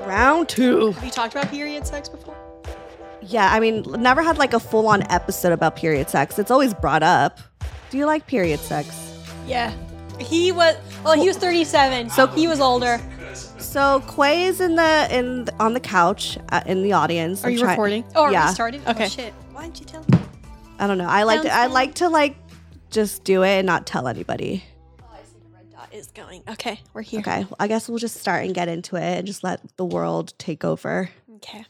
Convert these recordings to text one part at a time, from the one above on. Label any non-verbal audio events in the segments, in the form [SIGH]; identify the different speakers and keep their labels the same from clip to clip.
Speaker 1: Round two.
Speaker 2: Have you talked about period sex before?
Speaker 3: Yeah, I mean, never had like a full on episode about period sex. It's always brought up. Do you like period sex?
Speaker 2: Yeah. He was well. He was 37,
Speaker 4: Oh.
Speaker 2: so he was older.
Speaker 3: So Quay is in the in the, on the couch uh, in the audience.
Speaker 4: Are
Speaker 3: I'm
Speaker 4: you
Speaker 3: try-
Speaker 4: recording?
Speaker 2: Oh, are we
Speaker 3: Yeah.
Speaker 2: started?
Speaker 4: Okay.
Speaker 2: Oh, shit. Why didn't you tell me?
Speaker 3: I don't know. I like to, I
Speaker 2: Sounds good.
Speaker 3: like to like just do it and not tell anybody.
Speaker 2: Oh, I see the red dot is going. Okay, we're here.
Speaker 3: Okay, well, I guess we'll just start and get into it and just let the world take over.
Speaker 2: Okay.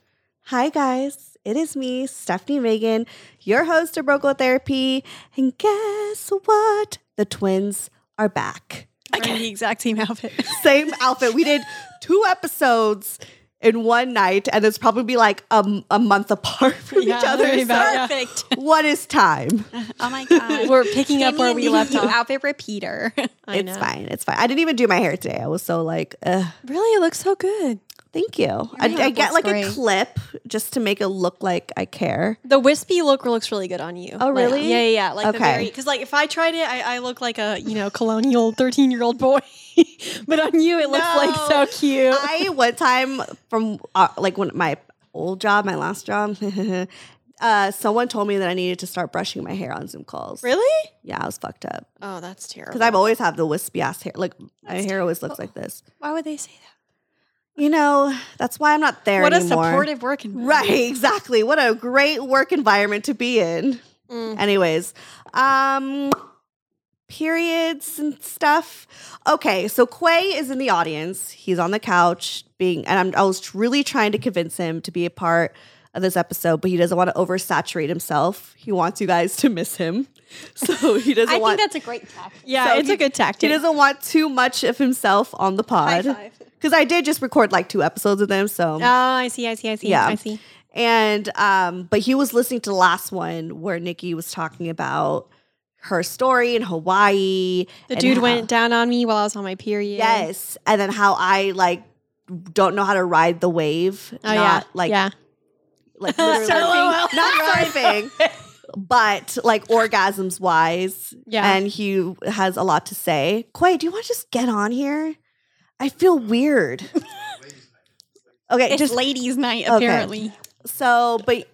Speaker 3: Hi guys, it is me, Stephanie Megan, your host of Brocal Therapy, and guess what? The twins are back.
Speaker 4: Wearing the exact same outfit. [LAUGHS]
Speaker 3: Same outfit. We did two episodes in one night, and it's probably be like a, m- a month apart [LAUGHS] from each
Speaker 4: Yeah,
Speaker 3: other.
Speaker 4: pretty
Speaker 3: So
Speaker 4: bad,
Speaker 2: Perfect.
Speaker 4: [LAUGHS]
Speaker 3: What is time?
Speaker 2: Oh my god.
Speaker 4: We're picking up where we [LAUGHS] left off.
Speaker 2: Outfit repeater.
Speaker 4: [LAUGHS] I
Speaker 3: It's
Speaker 4: know.
Speaker 3: fine. It's fine. I didn't even do my hair today. I was so like, Ugh.
Speaker 4: Really, it looks so good.
Speaker 3: Thank you. I, I
Speaker 4: makeup
Speaker 3: get
Speaker 4: looks
Speaker 3: like
Speaker 4: great.
Speaker 3: a clip just to make it look like I care.
Speaker 4: The wispy look looks really good on you.
Speaker 3: Oh,
Speaker 4: Like-
Speaker 3: really?
Speaker 4: yeah, yeah, yeah. Like the
Speaker 3: Okay.
Speaker 4: very because like if I tried it, I, I look like a you know colonial thirteen year old boy, [LAUGHS] but on you it looks
Speaker 3: No.
Speaker 4: like so cute.
Speaker 3: I one time from uh, like when my old job, my last job, [LAUGHS] uh, someone told me that I needed to start brushing my hair on Zoom calls.
Speaker 4: really?
Speaker 3: Yeah, I was fucked up
Speaker 4: Oh, that's terrible.
Speaker 3: because I've always have the wispy ass hair. Like my hair always looks like this.
Speaker 4: Why would they say that?
Speaker 3: You know, that's why I'm not there
Speaker 4: What
Speaker 3: anymore.
Speaker 4: a supportive work environment.
Speaker 3: Right, [LAUGHS] exactly. What a great work environment to be in.
Speaker 4: Mm.
Speaker 3: Anyways, um periods and stuff. Okay, so Quay is in the audience. He's on the couch being and I'm, I was really trying to convince him to be a part of this episode, but he doesn't want to oversaturate himself. He wants you guys to miss him. [LAUGHS] So
Speaker 4: [LAUGHS]
Speaker 3: he doesn't
Speaker 2: I think
Speaker 3: want
Speaker 2: that's a great tactic.
Speaker 4: Yeah,
Speaker 3: So
Speaker 4: it's
Speaker 3: he-
Speaker 4: a good
Speaker 3: he
Speaker 4: tactic.
Speaker 3: doesn't want too much of himself on the pod. Cuz I did just record like two episodes of them, so
Speaker 4: Oh, I see, I see, I see.
Speaker 3: Yeah.
Speaker 4: I see.
Speaker 3: and um, but he was listening to the last one where Nikki was talking about her story in Hawaii.
Speaker 4: The
Speaker 3: and
Speaker 4: dude
Speaker 3: how-
Speaker 4: went down on me while I was on my period.
Speaker 3: Yes, and then how I like don't know how to ride the wave.
Speaker 4: Oh
Speaker 3: not,
Speaker 4: yeah.
Speaker 3: Like
Speaker 4: yeah. [LAUGHS]
Speaker 3: like literally,
Speaker 4: LOL.
Speaker 3: not surfing, but like orgasms wise.
Speaker 4: Yeah.
Speaker 3: and he has a lot to say. Quay, do you want to just get on here? I feel weird. okay,
Speaker 2: It's
Speaker 3: just
Speaker 2: ladies' night,
Speaker 3: Okay.
Speaker 2: apparently.
Speaker 3: so. But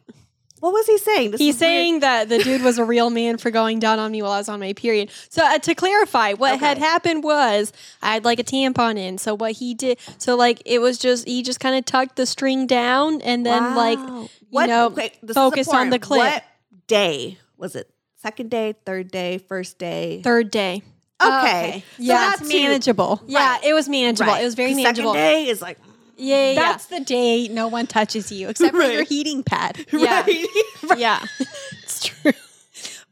Speaker 3: what was he saying? This
Speaker 4: He's
Speaker 3: is weird.
Speaker 4: saying that the dude was a real man for going down on me while I was on my period. So uh, to clarify, what had
Speaker 3: Okay.
Speaker 4: happened was I had like a tampon in. So what he did, so like it was just he just kind of tucked the string down and then like
Speaker 3: Wow. what,
Speaker 4: know,
Speaker 3: okay, this is
Speaker 4: focus on the
Speaker 3: important.
Speaker 4: clip.
Speaker 3: What day was it? Second day, third day, first day.
Speaker 4: third day.
Speaker 3: Okay.
Speaker 2: okay.
Speaker 3: So
Speaker 4: Oh, yeah,
Speaker 3: that's
Speaker 4: it's manageable. Yeah,
Speaker 3: Right.
Speaker 4: it was manageable.
Speaker 3: Right.
Speaker 4: It was very
Speaker 3: 'Cause
Speaker 4: manageable.
Speaker 3: Second day is like
Speaker 4: Yeah, yeah, yeah.
Speaker 2: That's the day no one touches you except for your
Speaker 3: Right.
Speaker 2: heating pad.
Speaker 4: Yeah.
Speaker 3: right. [LAUGHS]
Speaker 4: yeah. [LAUGHS] it's true.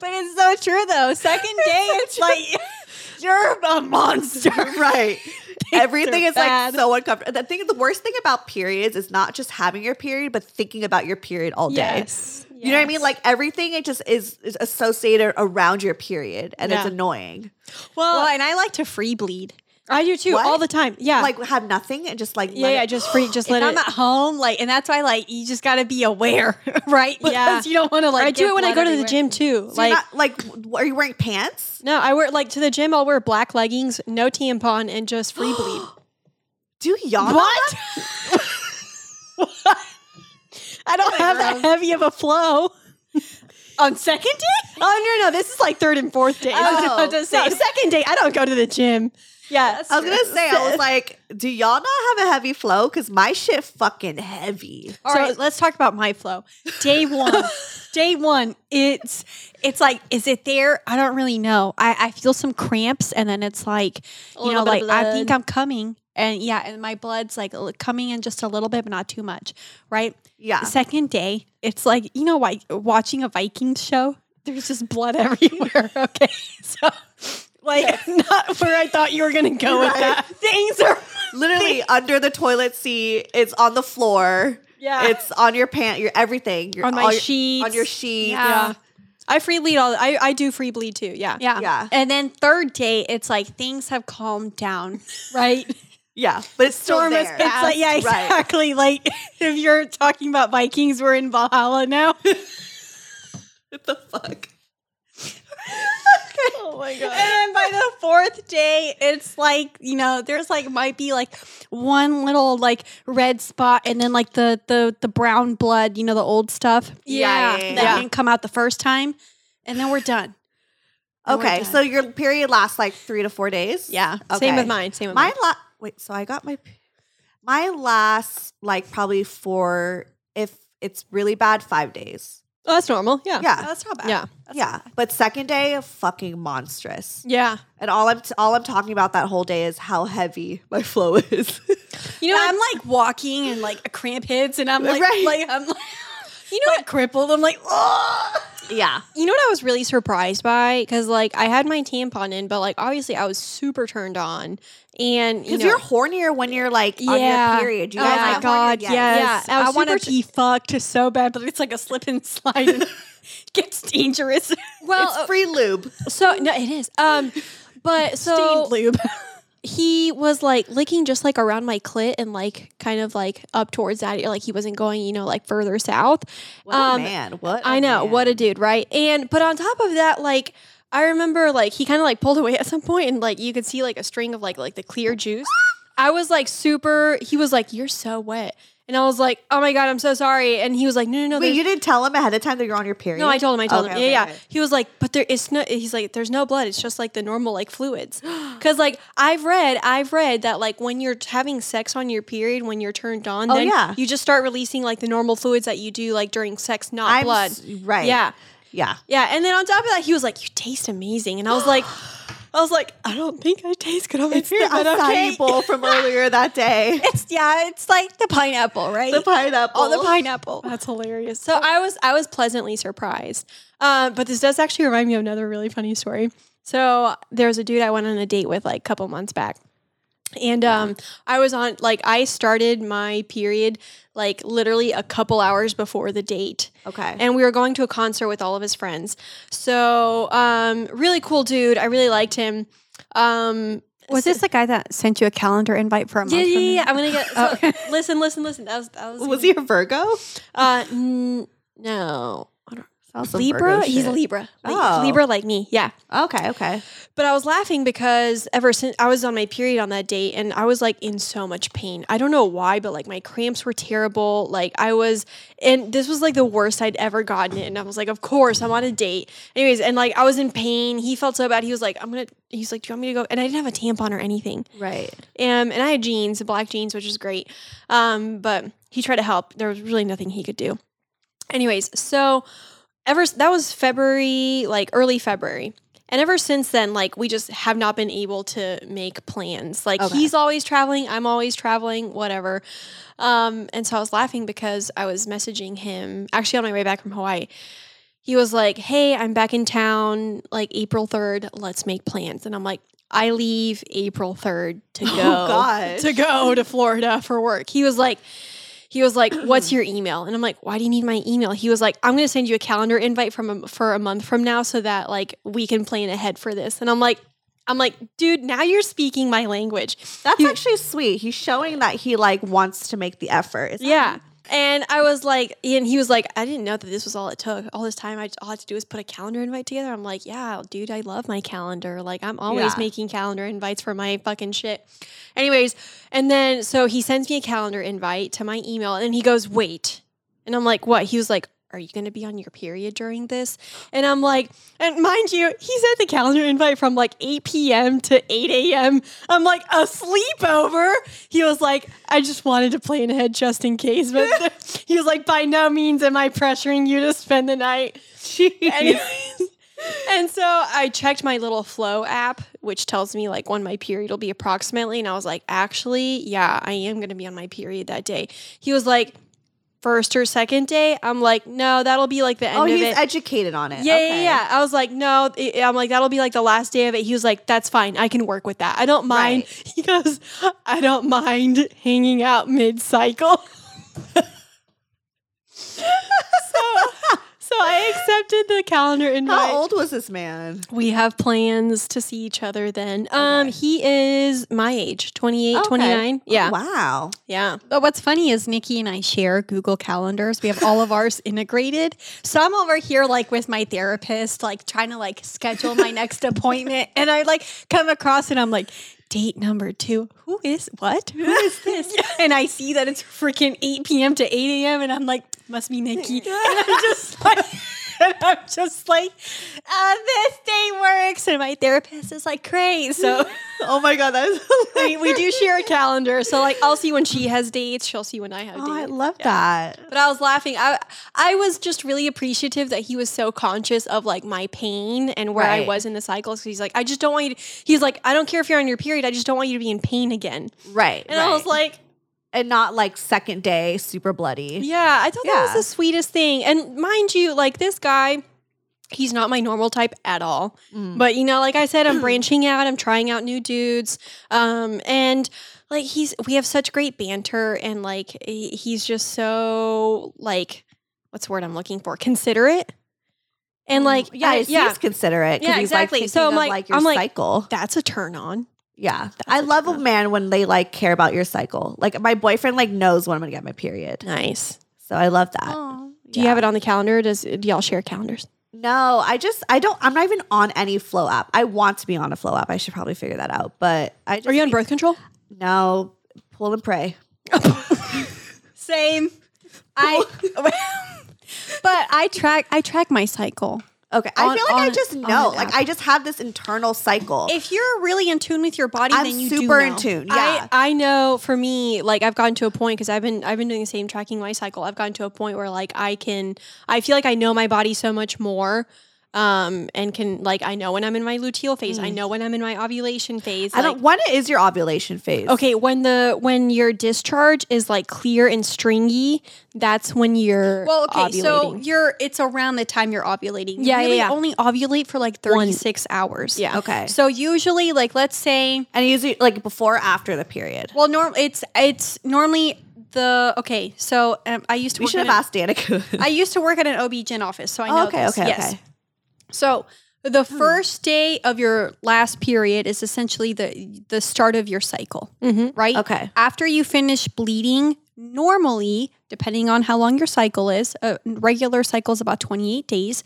Speaker 2: But it's so true though. Second
Speaker 4: [LAUGHS]
Speaker 2: day, it's like you're a monster.
Speaker 3: right. [LAUGHS] Everything
Speaker 4: are
Speaker 3: is like
Speaker 4: bad.
Speaker 3: so uncomfortable. I think the worst thing about periods is not just having your period, but thinking about your period all day.
Speaker 4: Yes.
Speaker 3: You know what I
Speaker 4: Yes.
Speaker 3: mean? Like everything, it just is, is associated around your period, and it's
Speaker 4: Yeah.
Speaker 3: annoying.
Speaker 4: well,
Speaker 2: Well, and I like to free bleed.
Speaker 4: I do too
Speaker 3: What?
Speaker 4: all the time. Yeah.
Speaker 3: Like have nothing and just like
Speaker 4: yeah,
Speaker 3: let
Speaker 4: yeah,
Speaker 3: it-
Speaker 4: just free just
Speaker 2: If
Speaker 4: let
Speaker 2: I'm
Speaker 4: it
Speaker 2: at home, like, and that's why, like, you just got to be
Speaker 4: [LAUGHS]
Speaker 2: aware, right? Because
Speaker 4: Yeah.
Speaker 2: you don't want to, like,
Speaker 4: I do
Speaker 2: get
Speaker 4: it when I go
Speaker 2: blood
Speaker 4: to the
Speaker 2: everywhere.
Speaker 4: gym too.
Speaker 3: [GASPS] So you're
Speaker 4: like
Speaker 3: not- like w- are you wearing pants?
Speaker 4: No, I wear like to the gym. I'll wear black leggings, no tampon, and just free bleed. [LAUGHS]
Speaker 3: Do y'all?
Speaker 4: what? [LAUGHS] I don't have that heavy of a flow.
Speaker 2: On second day?
Speaker 4: Oh no, no, this is like third and fourth day.
Speaker 3: I was about to
Speaker 4: [LAUGHS] no, second day. I don't go to the gym. Oh, Yeah,
Speaker 3: I was gonna say, I was like, do y'all not have a heavy flow? Cause my shit fucking heavy.
Speaker 2: All
Speaker 4: So-
Speaker 2: right, let's talk about my flow. Day one,
Speaker 4: [LAUGHS]
Speaker 2: day one, it's it's like, is it there? I don't really know. I, I feel some cramps, and then it's like, you
Speaker 4: little
Speaker 2: know,
Speaker 4: bit of
Speaker 2: like I think
Speaker 4: blood.
Speaker 2: I'm coming, and yeah, and my blood's like l- coming in just a little bit, but not too much, right?
Speaker 3: Yeah.
Speaker 2: The second day, it's like you know, like watching a Viking show. There's just
Speaker 4: [LAUGHS]
Speaker 2: blood everywhere. Okay, so like
Speaker 4: not where I thought you were gonna go with that.
Speaker 3: [LAUGHS]
Speaker 2: things are
Speaker 3: Literally under the toilet seat. It's on the floor.
Speaker 4: Yeah.
Speaker 3: [LAUGHS] It's on your pant. Your everything. Your,
Speaker 4: On my
Speaker 3: all your-
Speaker 4: sheets.
Speaker 3: On your sheets.
Speaker 2: Yeah.
Speaker 4: I free bleed all. I I do free bleed too. Yeah,
Speaker 2: yeah.
Speaker 3: Yeah.
Speaker 2: And then third day, it's like things have
Speaker 3: [LAUGHS]
Speaker 2: calmed down, right?
Speaker 3: Yeah. But it's still
Speaker 4: Storm is-
Speaker 3: there.
Speaker 4: It's like yeah,
Speaker 3: Right.
Speaker 4: exactly. Like [LAUGHS] if you're talking about Vikings, we're in Valhalla now.
Speaker 3: What the fuck?
Speaker 4: [LAUGHS] Oh my
Speaker 2: And then by the fourth day, it's like, you know, there's like might be like one little like red spot and then like the the the brown blood, you know, the old stuff.
Speaker 4: Yeah.
Speaker 3: Yeah.
Speaker 2: That didn't come out the first time. And then we're done.
Speaker 4: Oh
Speaker 2: And we're
Speaker 3: Okay,
Speaker 2: done.
Speaker 3: so your period lasts like three to four days.
Speaker 2: yeah.
Speaker 4: Same
Speaker 3: Okay.
Speaker 4: with mine. Same with
Speaker 3: My
Speaker 4: mine.
Speaker 3: la- wait, so I got my my last like probably four if it's really bad, five days.
Speaker 4: Oh, that's normal. Yeah.
Speaker 2: Oh,
Speaker 3: Yeah.
Speaker 2: that's not bad.
Speaker 4: Yeah.
Speaker 3: yeah. But second day, fucking monstrous.
Speaker 4: Yeah.
Speaker 3: And all I'm all I'm talking about that whole day is how heavy my flow is. [LAUGHS]
Speaker 4: You
Speaker 2: You
Speaker 4: know,
Speaker 2: know, I'm like walking and like a cramp hits and I'm like,
Speaker 3: Right.
Speaker 2: like I'm like, you know, like crippled. I'm like, oh.
Speaker 3: yeah.
Speaker 4: you know what I was really surprised by because like I had my tampon in, but like obviously I was super turned on, and you
Speaker 3: Because
Speaker 4: know,
Speaker 3: you are hornier when you're like on
Speaker 4: Yeah.
Speaker 3: your period. You
Speaker 4: Oh
Speaker 3: guys
Speaker 4: my
Speaker 3: aren't horny?
Speaker 2: God,
Speaker 3: Yes.
Speaker 2: yes.
Speaker 4: Yeah, I
Speaker 2: I,
Speaker 4: was
Speaker 2: want
Speaker 4: super
Speaker 2: to be fucked so bad, but it's like a slip and slide. and [LAUGHS] gets dangerous.
Speaker 4: well,
Speaker 3: It's free
Speaker 4: [LAUGHS]
Speaker 3: lube.
Speaker 4: uh, so no, it is. Um, but so
Speaker 2: Stained lube.
Speaker 4: he was like licking just like around my clit and like kind of like up towards that, like he wasn't going, you know, like further south.
Speaker 3: What a Oh, man. What I
Speaker 4: um, I know, what a dude, right? And but on top of that, like I remember like he kind of like pulled away [LAUGHS] at some point and like you could see like a string of like like the clear juice. I was like super he was like, You're so wet. And I was like, Oh my god, I'm so sorry. And he was like, No, no, no,
Speaker 3: Wait,
Speaker 4: there's-
Speaker 3: you didn't tell him ahead of time that you're on your period?
Speaker 4: no, I told him. I told
Speaker 3: Okay,
Speaker 4: him.
Speaker 3: okay,
Speaker 4: yeah, yeah.
Speaker 3: okay.
Speaker 4: He was like, but there is no. He's like, there's no blood. It's just like the normal
Speaker 3: [GASPS]
Speaker 4: like fluids. Because like I've read, I've read that like when you're having sex on your period, when you're turned on,
Speaker 3: Oh,
Speaker 4: then
Speaker 3: yeah.
Speaker 4: you just start releasing like the normal fluids that you do like during sex, not
Speaker 3: I'm
Speaker 4: blood.
Speaker 3: s- right.
Speaker 4: Yeah,
Speaker 3: Yeah.
Speaker 4: yeah. And then on top of that, he was like, you taste amazing, and I was like. I was like, I don't think I taste good on my
Speaker 3: It's the
Speaker 4: period, but okay.
Speaker 3: acai [LAUGHS]
Speaker 4: [LAUGHS]
Speaker 3: bowl from earlier that day.
Speaker 2: It's yeah, it's like the pineapple, right?
Speaker 3: the pineapple.
Speaker 2: All the pineapple.
Speaker 4: That's hilarious. So I was I was pleasantly surprised. Um, but this does actually remind me of another really funny story. So there was a dude I went on a date with like a couple months back. And um, I was on like I started my period like literally a couple hours before the date.
Speaker 3: Okay.
Speaker 4: And we were going to a concert with all of his friends. So um, really cool dude. I really liked him. Um,
Speaker 2: Was this the guy that sent you a calendar invite for a month?
Speaker 4: yeah, yeah,
Speaker 2: from
Speaker 4: yeah.
Speaker 2: now?
Speaker 4: I'm gonna get.
Speaker 2: Oh,
Speaker 3: [LAUGHS]
Speaker 4: So, listen, listen, listen. That was that was.
Speaker 3: was he a Virgo?
Speaker 4: Uh, n- no, I don't
Speaker 3: Sounds some
Speaker 4: Libra?
Speaker 3: Virgo
Speaker 4: He's a
Speaker 3: shit.
Speaker 4: Libra. Like,
Speaker 3: Oh.
Speaker 4: Libra like me. Yeah.
Speaker 3: Okay, okay.
Speaker 4: But I was laughing because ever since I was on my period on that date and I was like in so much pain. I don't know why, but like my cramps were terrible. Like I was, and this was like the worst I'd ever gotten it. And I was like, of course, I'm on a date. Anyways, and like I was in pain. He felt so bad. He was like, I'm going to, he's like, do you want me to go? And I didn't have a tampon or anything.
Speaker 3: Right.
Speaker 4: Um, and I had jeans, black jeans, which is great. Um, but he tried to help. There was really nothing he could do. Anyways, so ever that was February, like early February. And ever since then, like we just have not been able to make plans. Like
Speaker 3: Okay.
Speaker 4: he's always traveling, I'm always traveling, whatever. Um, and so I was laughing because I was messaging him actually on my way back from Hawaii. He was like, Hey, I'm back in town like April 3rd. Let's make plans. And I'm like, I leave April 3rd
Speaker 3: [LAUGHS]
Speaker 4: to go
Speaker 3: Oh, gosh.
Speaker 4: to go to Florida for work. He was like, he was like, "What's your email?" And I'm like, "Why do you need my email?" He was like, "I'm going to send you a calendar invite from a, for a month from now so that like we can plan ahead for this." And I'm like, I'm like, "Dude, now you're speaking my language."
Speaker 3: That's
Speaker 4: He-
Speaker 3: actually sweet. He's showing that he like wants to make the effort. It's not-
Speaker 4: yeah. And I was like, and he was like, I didn't know that this was all it took. All this time, I just, all I had to do is put a calendar invite together. I'm like, yeah, dude, I love my calendar. Like, I'm always
Speaker 3: Yeah.
Speaker 4: making calendar invites for my fucking shit. Anyways, and then so he sends me a calendar invite to my email, and then he goes, wait. And I'm like, what? He was like, are you going to be on your period during this? And I'm like, and mind you, he sent the calendar invite from like 8 p.m. to 8 a.m. I'm like, a sleepover? He was like, I just wanted to plan ahead just in case. But he was like, by no means am I pressuring you to spend the night.
Speaker 3: Jeez.
Speaker 4: Anyways, [LAUGHS] and so I checked my little flow app, which tells me like when my period will be approximately. And I was like, actually, yeah, I am going to be on my period that day. He was like, first or second day. I'm like, no, that'll be like the end
Speaker 3: Oh,
Speaker 4: of
Speaker 3: he's
Speaker 4: it.
Speaker 3: educated on it.
Speaker 4: yeah,
Speaker 3: Okay. [LAUGHS]
Speaker 4: yeah, yeah. I was like, no, it- I'm like, that'll be like the last day of it. He was like, that's fine. I can work with that. I don't mind. [LAUGHS] He goes, I don't mind hanging out mid cycle. [LAUGHS] so, so I accepted the calendar invite.
Speaker 3: How old was this man?
Speaker 4: We have plans to see each other then. Um, he is my age, 28,
Speaker 3: Okay.
Speaker 4: 29. Yeah.
Speaker 3: Wow.
Speaker 4: Yeah.
Speaker 2: Oh, But what's funny is Nikki and I share Google Calendars. We have all of ours [LAUGHS] integrated. So I'm over here like with my therapist, like trying to like schedule my next appointment. And I like come across and I'm like, date number two. Who is what? Who
Speaker 3: [LAUGHS]
Speaker 2: is this? And I see that it's freaking 8 p.m. to 8 a.m. And I'm like, must
Speaker 3: [LAUGHS]
Speaker 2: be Nikki. And I'm just like [LAUGHS] And I'm just like, uh, this day works. And my therapist is like, great. So
Speaker 3: Oh my god, that is [LAUGHS]
Speaker 4: We, we do share a calendar. So, like, I'll see when she has dates. She'll see when I have
Speaker 3: Oh, I
Speaker 4: dates.
Speaker 3: love that.
Speaker 4: But I was laughing. I I was just really appreciative that he was so conscious of like my pain and where I
Speaker 3: Right.
Speaker 4: was in the cycle. So he's like, I just don't want you. To, he's like, I don't care if you're on your period. I just don't want you to be in pain again.
Speaker 3: Right.
Speaker 4: And I was like,
Speaker 3: and not like second day super bloody.
Speaker 4: Yeah, I thought that
Speaker 3: Yeah.
Speaker 4: was the sweetest thing. And mind you, like this guy. He's not my normal type at all.
Speaker 3: Mm.
Speaker 4: But you know, like I said, [CLEARS THROAT] I'm branching out, I'm trying out new dudes. Um and like he's we have such great banter and like he- he's just so like what's the word I'm looking for? Considerate. And like
Speaker 3: yeah,
Speaker 4: I-
Speaker 3: it
Speaker 4: Mm. yeah,
Speaker 3: seems considerate. 'cause
Speaker 4: Yeah,
Speaker 3: he's, like,
Speaker 4: exactly.
Speaker 3: thinking
Speaker 4: So I'm
Speaker 3: of,
Speaker 4: like-
Speaker 3: your
Speaker 4: I'm like-
Speaker 3: cycle.
Speaker 4: that's a turn on.
Speaker 3: Yeah, I love a man when they like care about your cycle. Like my boyfriend like knows when I'm gonna get my period,
Speaker 4: Nice.
Speaker 3: so I love that.
Speaker 4: Do you have it on the calendar? Does do y'all share calendars?
Speaker 3: No, I just I don't. I'm not even on any flow app. I want to be on a flow app. I should probably figure that out. But I just
Speaker 4: Are you on birth control?
Speaker 3: No, pull and pray.
Speaker 2: Same. I [LAUGHS] But I track I track my cycle.
Speaker 3: Okay, I
Speaker 2: On-
Speaker 3: feel like I
Speaker 2: on-
Speaker 3: just
Speaker 2: on
Speaker 3: know.
Speaker 2: an
Speaker 3: Like
Speaker 2: app.
Speaker 3: I just have this internal cycle.
Speaker 2: If you're really in tune with your body,
Speaker 3: I'm
Speaker 2: then you
Speaker 3: super
Speaker 2: do
Speaker 3: in
Speaker 2: know.
Speaker 3: tune. Yeah,
Speaker 4: I, I know for me, like I've gotten to a point because I've been I've been doing the same tracking my cycle. I've gotten to a point where like I can I feel like I know my body so much more. Um and can like I know when I'm in my luteal phase.
Speaker 2: Mm.
Speaker 4: I know when I'm in my ovulation phase.
Speaker 3: I don't.
Speaker 4: like-
Speaker 3: When is your ovulation phase?
Speaker 4: Okay, when the Uh, when your discharge is like clear and stringy, that's when you're
Speaker 2: Well, okay, so
Speaker 4: ovulating.
Speaker 2: you're it's around the time you're ovulating. You
Speaker 4: Yeah, yeah,
Speaker 2: really
Speaker 4: yeah.
Speaker 2: only ovulate for like 36 hours.
Speaker 4: yeah.
Speaker 3: Okay.
Speaker 2: So usually like let's say
Speaker 3: And usually, like before, or after the period.
Speaker 2: well norm it's it's normally the okay, so um, I used to
Speaker 3: we
Speaker 2: work
Speaker 3: should
Speaker 2: at
Speaker 3: have
Speaker 2: an-
Speaker 3: asked Danica. [LAUGHS]
Speaker 2: I used to work at an OB-GYN office, so I know
Speaker 3: Oh, okay,
Speaker 2: this.
Speaker 3: okay,
Speaker 2: yes.
Speaker 3: okay.
Speaker 2: So the
Speaker 4: Hmm.
Speaker 2: first day of your last period is essentially the the start of your cycle,
Speaker 4: Mhm.
Speaker 2: right?
Speaker 3: Okay.
Speaker 2: After you finish bleeding, normally, depending on how long your cycle is, a regular cycle is about 28 days.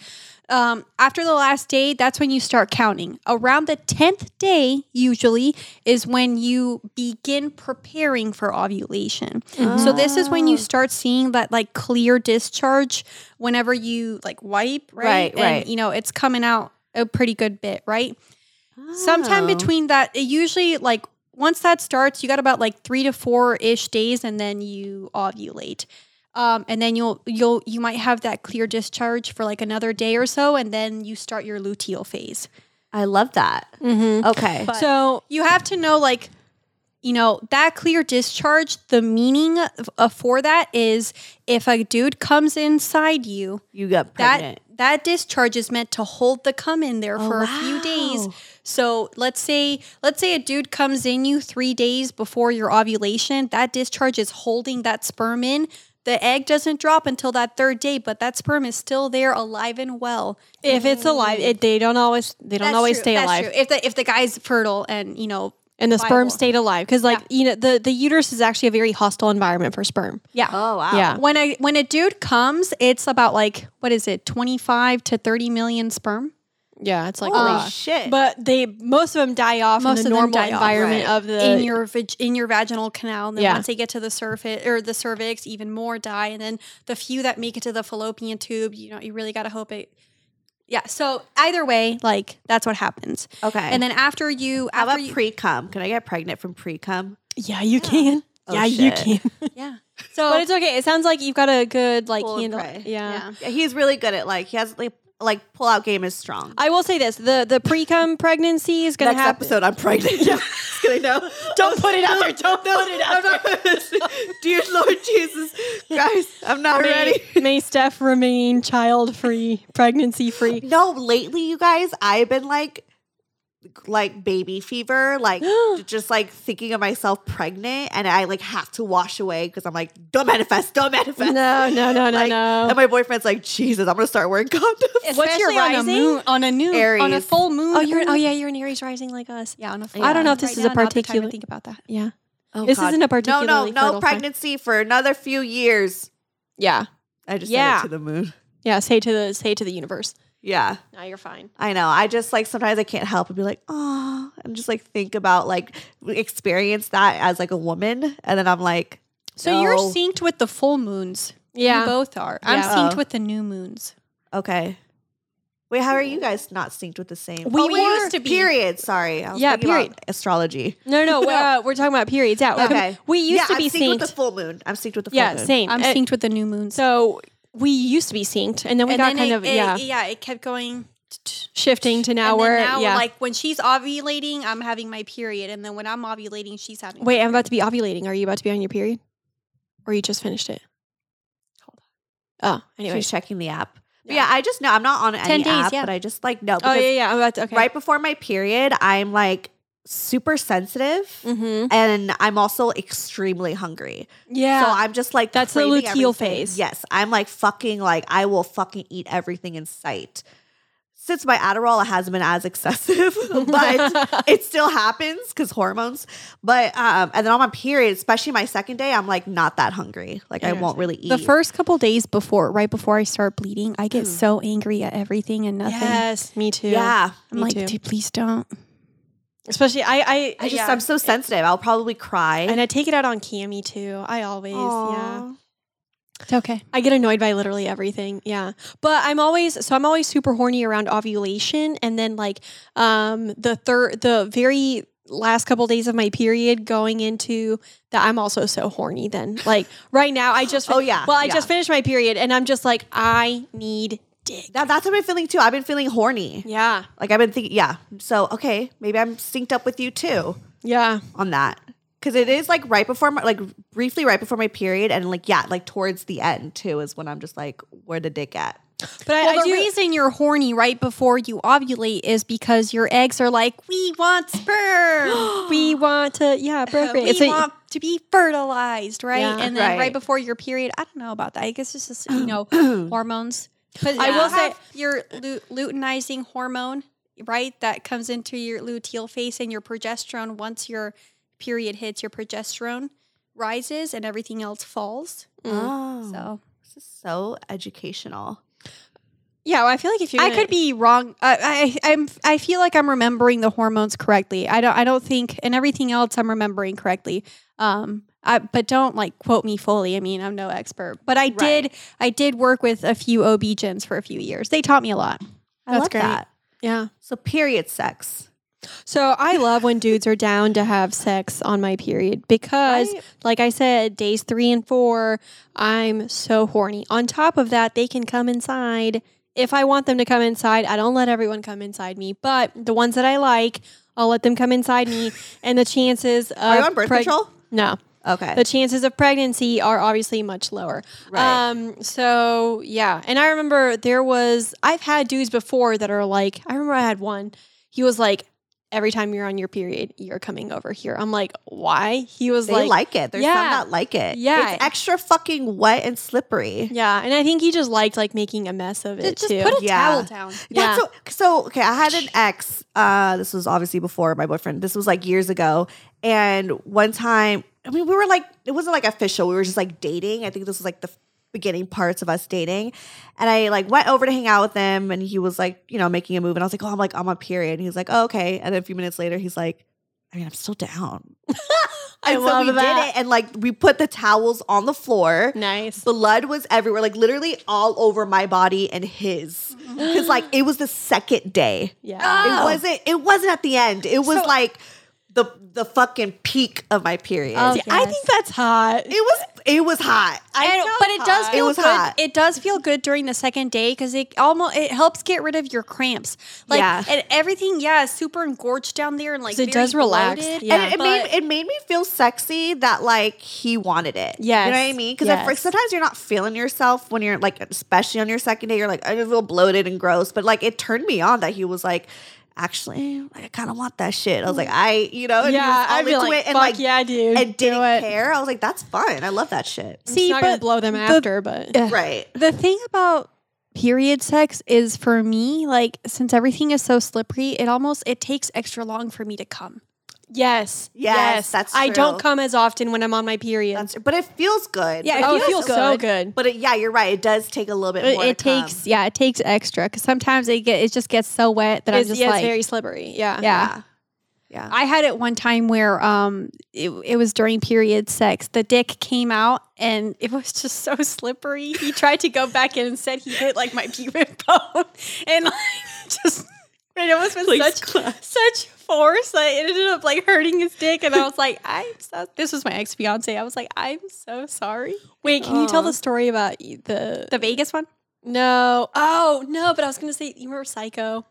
Speaker 2: Um, after the last day, that's when you start counting. Around the 10th day, usually, is when you begin preparing for ovulation. So, this is when you
Speaker 3: Ah.
Speaker 2: start seeing that like clear discharge whenever you like wipe, right?
Speaker 3: Right, right.
Speaker 2: And, you know, it's coming out a pretty good bit, right?
Speaker 3: Oh.
Speaker 2: sometime between that it usually like once that starts you got about like three to four ish days and then you ovulate um, and then you'll you'll you might have that clear discharge for like another day or so and then you start your luteal phase
Speaker 3: I love that.
Speaker 2: mm-hmm.
Speaker 4: Mhm.
Speaker 3: Okay.
Speaker 2: But-
Speaker 4: So
Speaker 2: you have to know like you know that clear discharge the meaning of, uh, for that is if a dude comes inside you
Speaker 3: you got
Speaker 2: that
Speaker 3: pregnant.
Speaker 2: that discharge is meant to hold the cum in there
Speaker 3: Oh,
Speaker 2: for a few days.
Speaker 3: wow.
Speaker 2: So let's say let's say a dude comes in you three days before your ovulation. That discharge is holding that sperm in. The egg doesn't drop until that third day, but that sperm is still there, alive and well.
Speaker 4: if it's alive, it, they don't always they don't
Speaker 2: That's
Speaker 4: always
Speaker 2: true,
Speaker 4: stay
Speaker 2: that's
Speaker 4: alive.
Speaker 2: true. If the if the guy's fertile and you know
Speaker 4: and the sperm
Speaker 2: viable.
Speaker 4: stayed alive because like you know the the uterus is actually a very hostile environment for sperm
Speaker 2: yeah.
Speaker 3: oh wow.
Speaker 4: yeah
Speaker 2: When a when a dude comes, it's about like what is it, twenty five to thirty million sperm.
Speaker 4: yeah it's like
Speaker 3: Holy
Speaker 4: uh,
Speaker 3: shit.
Speaker 4: but they most of them die off in
Speaker 2: Most of
Speaker 4: the
Speaker 2: them
Speaker 4: normal
Speaker 2: die off,
Speaker 4: environment
Speaker 3: right.
Speaker 4: of the
Speaker 2: in your vag- in your vaginal canal, and then
Speaker 4: Yeah.
Speaker 2: once they get to the surface or the cervix, even more die, and then the few that make it to the fallopian tube, you know, you really got to hope it. Yeah. So either way, like that's what happens.
Speaker 3: okay.
Speaker 2: And then after you,
Speaker 3: how
Speaker 2: after
Speaker 3: about
Speaker 2: you,
Speaker 3: pre cum? Can I get pregnant from pre cum?
Speaker 4: yeah you can
Speaker 3: Oh,
Speaker 4: yeah you
Speaker 3: shit.
Speaker 4: can [LAUGHS]
Speaker 2: yeah. So
Speaker 4: but it's okay it sounds like you've got a good like
Speaker 3: Pull and
Speaker 4: handle
Speaker 3: pray.
Speaker 4: yeah.
Speaker 2: yeah.
Speaker 3: He's really good at like he has like like pull out game is strong.
Speaker 4: I will say this: the the pre cum pregnancy is going to
Speaker 3: Next
Speaker 4: happen.
Speaker 3: episode, I'm pregnant. Yeah. [LAUGHS] Just kidding. No. Don't put it out there. Don't put it out there. [LAUGHS] Dear Lord Jesus, guys, I'm not ready.
Speaker 4: May, [LAUGHS] may Steph remain child free, pregnancy free.
Speaker 3: No, lately, you guys, I've been like like baby fever,
Speaker 4: [GASPS]
Speaker 3: like just like thinking of myself pregnant, and I like have to wash away because I'm like, don't manifest, don't manifest.
Speaker 4: No, no, no, no,
Speaker 3: Like,
Speaker 4: no.
Speaker 3: And my boyfriend's like, Jesus, I'm gonna start wearing [LAUGHS] condoms.
Speaker 4: What's your
Speaker 2: Especially on a
Speaker 4: rising?
Speaker 2: moon on a new on a
Speaker 3: Aries.
Speaker 2: full moon.
Speaker 4: Oh, you're an, oh yeah, you're an Aries rising like us.
Speaker 2: Yeah, on a full
Speaker 4: I don't know if
Speaker 2: moon.
Speaker 4: this
Speaker 2: Right
Speaker 4: is a
Speaker 2: now, not the time to
Speaker 4: particular-
Speaker 2: Think about that.
Speaker 4: Yeah.
Speaker 3: Oh,
Speaker 4: this
Speaker 3: God.
Speaker 4: isn't a particularly
Speaker 3: no, no,
Speaker 4: fertile
Speaker 3: no
Speaker 4: time.
Speaker 3: pregnancy for another few years.
Speaker 4: Yeah.
Speaker 3: I just yeah.
Speaker 4: Yeah.
Speaker 3: it to the moon.
Speaker 4: Yeah. Say to the say to the universe.
Speaker 3: Yeah,
Speaker 4: Now you're fine.
Speaker 3: I know. I just like sometimes I can't help but be like, oh, and just like think about like experience that as like a woman, and then I'm like,
Speaker 2: So you're
Speaker 3: No.
Speaker 2: synced with the full moons. You
Speaker 4: Yeah.
Speaker 2: both are. I'm
Speaker 4: Yeah.
Speaker 2: synced with the new moons.
Speaker 3: okay. Wait, how are you guys not synced with the same?
Speaker 2: We were.
Speaker 3: used to be. Period. Sorry. I was
Speaker 4: Yeah,
Speaker 3: thinking about
Speaker 4: period.
Speaker 3: astrology.
Speaker 4: No, no. We're, uh, we're talking about periods. Yeah. we're com-
Speaker 3: Okay.
Speaker 4: We used
Speaker 3: yeah,
Speaker 4: to
Speaker 3: I'm
Speaker 4: be
Speaker 3: synced
Speaker 4: synced.
Speaker 3: with the full moon. I'm synced with the full
Speaker 4: yeah.
Speaker 3: moon.
Speaker 4: Same.
Speaker 2: I'm
Speaker 4: Uh,
Speaker 2: synced with the new moons.
Speaker 4: So we used to be synced, and then we got
Speaker 2: then
Speaker 4: kind
Speaker 2: it-
Speaker 4: of
Speaker 2: it-
Speaker 4: yeah
Speaker 2: yeah, it kept going.
Speaker 4: shifting to now
Speaker 2: and then
Speaker 4: we're
Speaker 2: now
Speaker 4: yeah.
Speaker 2: like when she's ovulating, I'm having my period, and then when I'm ovulating, she's having.
Speaker 4: Wait, I'm about to be ovulating. Are you about to be on your period, or you just finished it? Hold on. Oh, anyway.
Speaker 3: She's checking the app. But
Speaker 4: Yeah.
Speaker 3: yeah, I just know I'm not on any
Speaker 2: 10 days,
Speaker 3: app,
Speaker 2: yeah.
Speaker 3: but I just like no.
Speaker 4: Oh
Speaker 3: Because
Speaker 4: yeah, yeah. I'm about to. Okay.
Speaker 3: Right before my period, I'm like super sensitive.
Speaker 4: Mm-hmm.
Speaker 3: And I'm also extremely hungry.
Speaker 4: Yeah.
Speaker 3: So I'm just like
Speaker 4: That's the
Speaker 3: craving
Speaker 4: luteal
Speaker 3: everything.
Speaker 4: phase.
Speaker 3: Yes, I'm like fucking like I will fucking eat everything in sight. Since my Adderall hasn't been as [LAUGHS]
Speaker 4: [LAUGHS]
Speaker 3: excessive, but it still happens because hormones. But um, and then on my period, especially my second day, I'm like not that hungry. Like I won't really eat.
Speaker 2: The first couple days before, right before I start bleeding, I get
Speaker 3: Mm.
Speaker 2: so angry at everything and nothing.
Speaker 4: yes, me too.
Speaker 3: yeah,
Speaker 2: I'm
Speaker 4: me
Speaker 2: like,
Speaker 4: too.
Speaker 2: "Dude, please don't.
Speaker 4: Especially I. I,
Speaker 3: I just
Speaker 4: yeah.
Speaker 3: I'm so sensitive. I'll probably cry.
Speaker 4: and I take it out on Cami too. I always, yeah.
Speaker 3: Aw.
Speaker 2: It's okay.
Speaker 4: I get annoyed by literally everything. Yeah. But I'm always so I'm always super horny around ovulation and then like um the third the very last couple days of my period going into that I'm also so horny then. Like right now I just
Speaker 3: Oh, yeah,
Speaker 4: Well, I
Speaker 3: yeah.
Speaker 4: just finished my period and I'm just like I need dick.
Speaker 3: That, that's what I've been feeling too. I've been feeling horny.
Speaker 4: yeah.
Speaker 3: Like I've been thinking, yeah. So okay, maybe I'm synced up with you too
Speaker 4: Yeah.
Speaker 3: on that because it is like right before my like briefly right before my period, and like yeah, like towards the end too is when I'm just like, where the dick at?
Speaker 4: But I,
Speaker 2: Well,
Speaker 4: I
Speaker 2: the
Speaker 4: do
Speaker 2: reason you're horny right before you ovulate is because your eggs are like, we want
Speaker 4: [GASPS]
Speaker 2: sperm. [GASPS]
Speaker 4: we want to yeah,
Speaker 2: [LAUGHS]
Speaker 4: appropriate.
Speaker 2: we
Speaker 4: It's a-
Speaker 2: want to be fertilized, right?
Speaker 4: Yeah.
Speaker 2: and then right.
Speaker 3: Right.
Speaker 2: before your period, I don't know about that. I guess it's just
Speaker 4: [CLEARS THROAT]
Speaker 2: you know hormones. But
Speaker 4: I
Speaker 2: I
Speaker 4: will
Speaker 2: will
Speaker 4: say-
Speaker 2: say your lu- luteinizing hormone, right? That comes into your luteal phase and your progesterone. Once your period hits, your progesterone rises and everything else falls.
Speaker 4: Mm.
Speaker 2: So
Speaker 3: This is so educational.
Speaker 4: yeah, well, I feel like if you
Speaker 2: I could be wrong. I, I I'm I feel like I'm remembering the hormones correctly. I don't I don't think and everything else I'm remembering correctly. Um, I, but don't like quote me fully. I mean, I'm no expert, but I did I did work with a few OB gyms for a few years. They taught me a lot.
Speaker 3: I
Speaker 4: That's
Speaker 3: love
Speaker 4: great.
Speaker 3: that.
Speaker 4: yeah.
Speaker 3: So period sex.
Speaker 4: So I love when dudes are down to have sex on my period because,
Speaker 3: Right?
Speaker 4: like I said, days three and four, I'm so horny. On top of that, they can come inside if I want them to come inside. I don't let everyone come inside me, but the ones that I like, I'll let them come inside me. And the chances of
Speaker 3: Are you on birth
Speaker 4: preg-
Speaker 3: control?
Speaker 4: No,
Speaker 3: Okay.
Speaker 4: the chances of pregnancy are obviously much lower.
Speaker 3: Right.
Speaker 4: Um, so yeah, and I remember there was I've had dudes before that are like I remember I had one. He was like, every time you're on your period, you're coming over here. I'm like, why? He was
Speaker 3: they like,
Speaker 4: like,
Speaker 3: it. There's
Speaker 4: Yeah.
Speaker 3: some that like it.
Speaker 4: Yeah.
Speaker 3: It's extra fucking wet and slippery.
Speaker 4: yeah, and I think he just liked like making a mess of it
Speaker 2: Just
Speaker 4: too.
Speaker 2: put a
Speaker 3: Yeah.
Speaker 2: towel down.
Speaker 4: yeah,
Speaker 3: That's so, so okay. I had an ex. Uh, this was obviously before my boyfriend. This was like years ago. And one time, I mean, we were like, it wasn't like official. We were just like dating. I think this was like the beginning parts of us dating. And I like went over to hang out with him, and he was like, you know, making a move. And I was like, oh, I'm like, I'm on period. And he's like, oh, okay. And then a few minutes later, he's like, I mean, I'm still down.
Speaker 4: I
Speaker 3: and so
Speaker 4: love
Speaker 3: we
Speaker 4: that.
Speaker 3: did it, and like we put the towels on the floor.
Speaker 4: nice.
Speaker 3: Blood was everywhere, like literally all over my body and
Speaker 4: [GASPS]
Speaker 3: his. Because like it was the second day.
Speaker 4: Yeah,
Speaker 3: It wasn't it wasn't at the end. It was
Speaker 2: So-
Speaker 3: like the the fucking peak of my period.
Speaker 4: Oh,
Speaker 3: it
Speaker 4: I
Speaker 2: yes.
Speaker 4: think that's hot.
Speaker 3: was it was hot. I
Speaker 2: And-
Speaker 4: felt
Speaker 2: but it does
Speaker 4: hot.
Speaker 2: feel
Speaker 3: It was
Speaker 2: good.
Speaker 3: hot.
Speaker 2: It does feel good during the second day because it almost it helps get rid of your cramps. Like
Speaker 3: Yeah.
Speaker 2: and everything, yeah, is super engorged down there and like
Speaker 4: 'Cause it
Speaker 2: very
Speaker 4: does relax.
Speaker 2: bloated.
Speaker 4: Yeah.
Speaker 3: and it, it made it made me feel sexy that like he wanted it.
Speaker 4: Yes.
Speaker 3: you know what I mean. Because
Speaker 4: Yes.
Speaker 3: at first, sometimes you're not feeling yourself when you're like, especially on your second day, you're like, I just feel bloated and gross. But like, it turned me on that he was like, actually, I kind of want that shit. I was like, I, you know, and he was
Speaker 5: yeah,
Speaker 3: all
Speaker 5: I'd be
Speaker 3: into
Speaker 5: like,
Speaker 3: it and
Speaker 5: fuck
Speaker 3: like,
Speaker 5: yeah, dude.
Speaker 3: and didn't
Speaker 5: do it.
Speaker 3: care. I was like, that's fun. I love that shit.
Speaker 5: See,
Speaker 2: See,
Speaker 5: not gonna
Speaker 2: but
Speaker 5: blow them after, but
Speaker 2: Yeah.
Speaker 3: Right.
Speaker 2: The thing about period sex is for me, like since everything is so slippery, it almost it takes extra long for me to come.
Speaker 5: yes,
Speaker 3: Yes, that's
Speaker 5: I don't
Speaker 3: true.
Speaker 5: come as often when I'm on my period.
Speaker 3: That's, but it feels good.
Speaker 2: Yeah,
Speaker 3: But
Speaker 5: oh,
Speaker 2: it
Speaker 5: it feels
Speaker 2: feels
Speaker 5: so good.
Speaker 3: But it, yeah, you're right. It does take a little bit
Speaker 2: It,
Speaker 3: more.
Speaker 2: it
Speaker 3: to come.
Speaker 2: takes yeah, it takes extra because sometimes it get it just gets so wet that
Speaker 5: It's,
Speaker 2: I'm just
Speaker 5: yeah, it's
Speaker 2: like
Speaker 5: very slippery. Yeah,
Speaker 2: yeah.
Speaker 3: Yeah.
Speaker 2: I had it one time where um it, it was during period sex. The dick came out and it was just so slippery. He tried to go back in and said he hit like my pubic bone [LAUGHS] and like just and it was with
Speaker 5: Please
Speaker 2: such such force that it ended up like hurting his dick. And I was like, [LAUGHS] I'm so this was my ex fiance. I was like, I'm so sorry.
Speaker 5: Wait, can you tell
Speaker 3: Aw.
Speaker 5: the story about y- the
Speaker 2: The Vegas one?
Speaker 5: No. Oh no! But I was gonna say you remember Psycho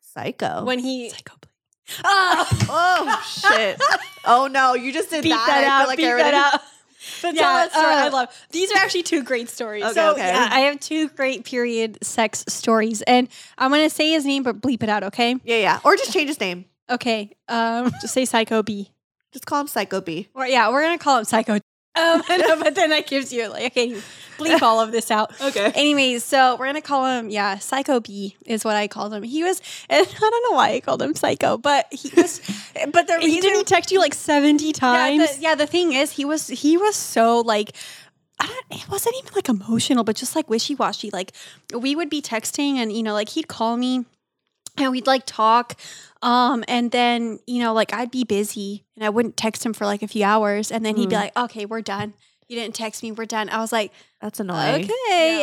Speaker 3: Psycho.
Speaker 5: when he [LAUGHS]
Speaker 2: Oh,
Speaker 3: oh shit. Oh no, you just did
Speaker 5: beat
Speaker 3: that.
Speaker 5: that
Speaker 3: I feel
Speaker 5: out,
Speaker 3: like
Speaker 5: beat
Speaker 3: I
Speaker 5: that
Speaker 3: already-
Speaker 5: [LAUGHS] out. But
Speaker 2: Yeah,
Speaker 5: tell that story. I
Speaker 2: uh,
Speaker 5: love these are actually two great stories.
Speaker 3: Okay,
Speaker 5: so
Speaker 3: okay.
Speaker 2: yeah, I have two great period sex stories, and I'm gonna say his name, but bleep it out, okay?
Speaker 3: Yeah, yeah. Or just change his name.
Speaker 2: Okay. Um. [LAUGHS]
Speaker 5: just say Psycho B.
Speaker 3: Just call him Psycho B.
Speaker 2: or- yeah, we're gonna call him Psycho. Um. [LAUGHS] no, but then that gives you like, okay, bleep all of this
Speaker 5: [LAUGHS]
Speaker 2: out.
Speaker 3: Okay.
Speaker 2: Anyways, so we're gonna call him, yeah, Psycho B is what I called him. He was, and [LAUGHS] I don't know why I called him Psycho, but he was, but the
Speaker 5: He
Speaker 2: reason
Speaker 5: didn't text you like seventy times.
Speaker 2: Yeah the, yeah, the thing is, he was he was so like. I don't, it wasn't even like emotional, but just like wishy washy. Like we would be texting, and you know, like he'd call me, and we'd like talk, um, and then you know, like I'd be busy, and I wouldn't text him for like a few hours, and then he'd be
Speaker 5: Mm.
Speaker 2: like, "Okay, we're done. You didn't text me. We're done." I was like,
Speaker 3: That's
Speaker 2: "Okay,"
Speaker 5: Yeah,
Speaker 2: and
Speaker 5: like,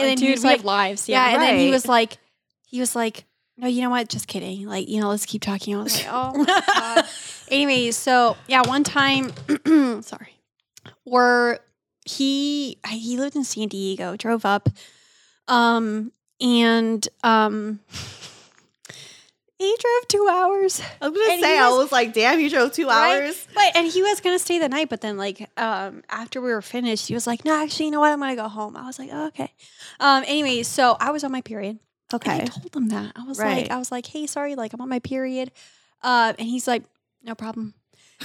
Speaker 2: then
Speaker 5: dude,
Speaker 2: he was
Speaker 5: we
Speaker 2: like,
Speaker 5: have lives.
Speaker 2: yeah,
Speaker 5: [LAUGHS] Yeah,
Speaker 2: and then he
Speaker 3: right.
Speaker 2: was like, he was like, no, you know what? Just kidding. Like, you know, let's keep talking. I was
Speaker 5: [LAUGHS]
Speaker 2: like, oh my god. Anyways, so yeah, one time, [CLEARS THROAT] sorry, where he I- he lived in San Diego, drove up, um, and um, [LAUGHS] he drove two hours.
Speaker 3: I was gonna
Speaker 2: And
Speaker 3: say,
Speaker 2: he
Speaker 3: I
Speaker 2: was-
Speaker 3: was like, damn, you drove two
Speaker 2: Right?
Speaker 3: hours.
Speaker 2: But and he was gonna stay the night, but then like um after we were finished, he was like, no, actually, you know what? I'm gonna go home. I was like, oh, okay. Um, anyways, so I was on my period. And I
Speaker 3: Okay.
Speaker 2: told him that. I was
Speaker 3: Right.
Speaker 2: like, I was like, hey, sorry, like I'm on my period. Uh, and he's like, no problem.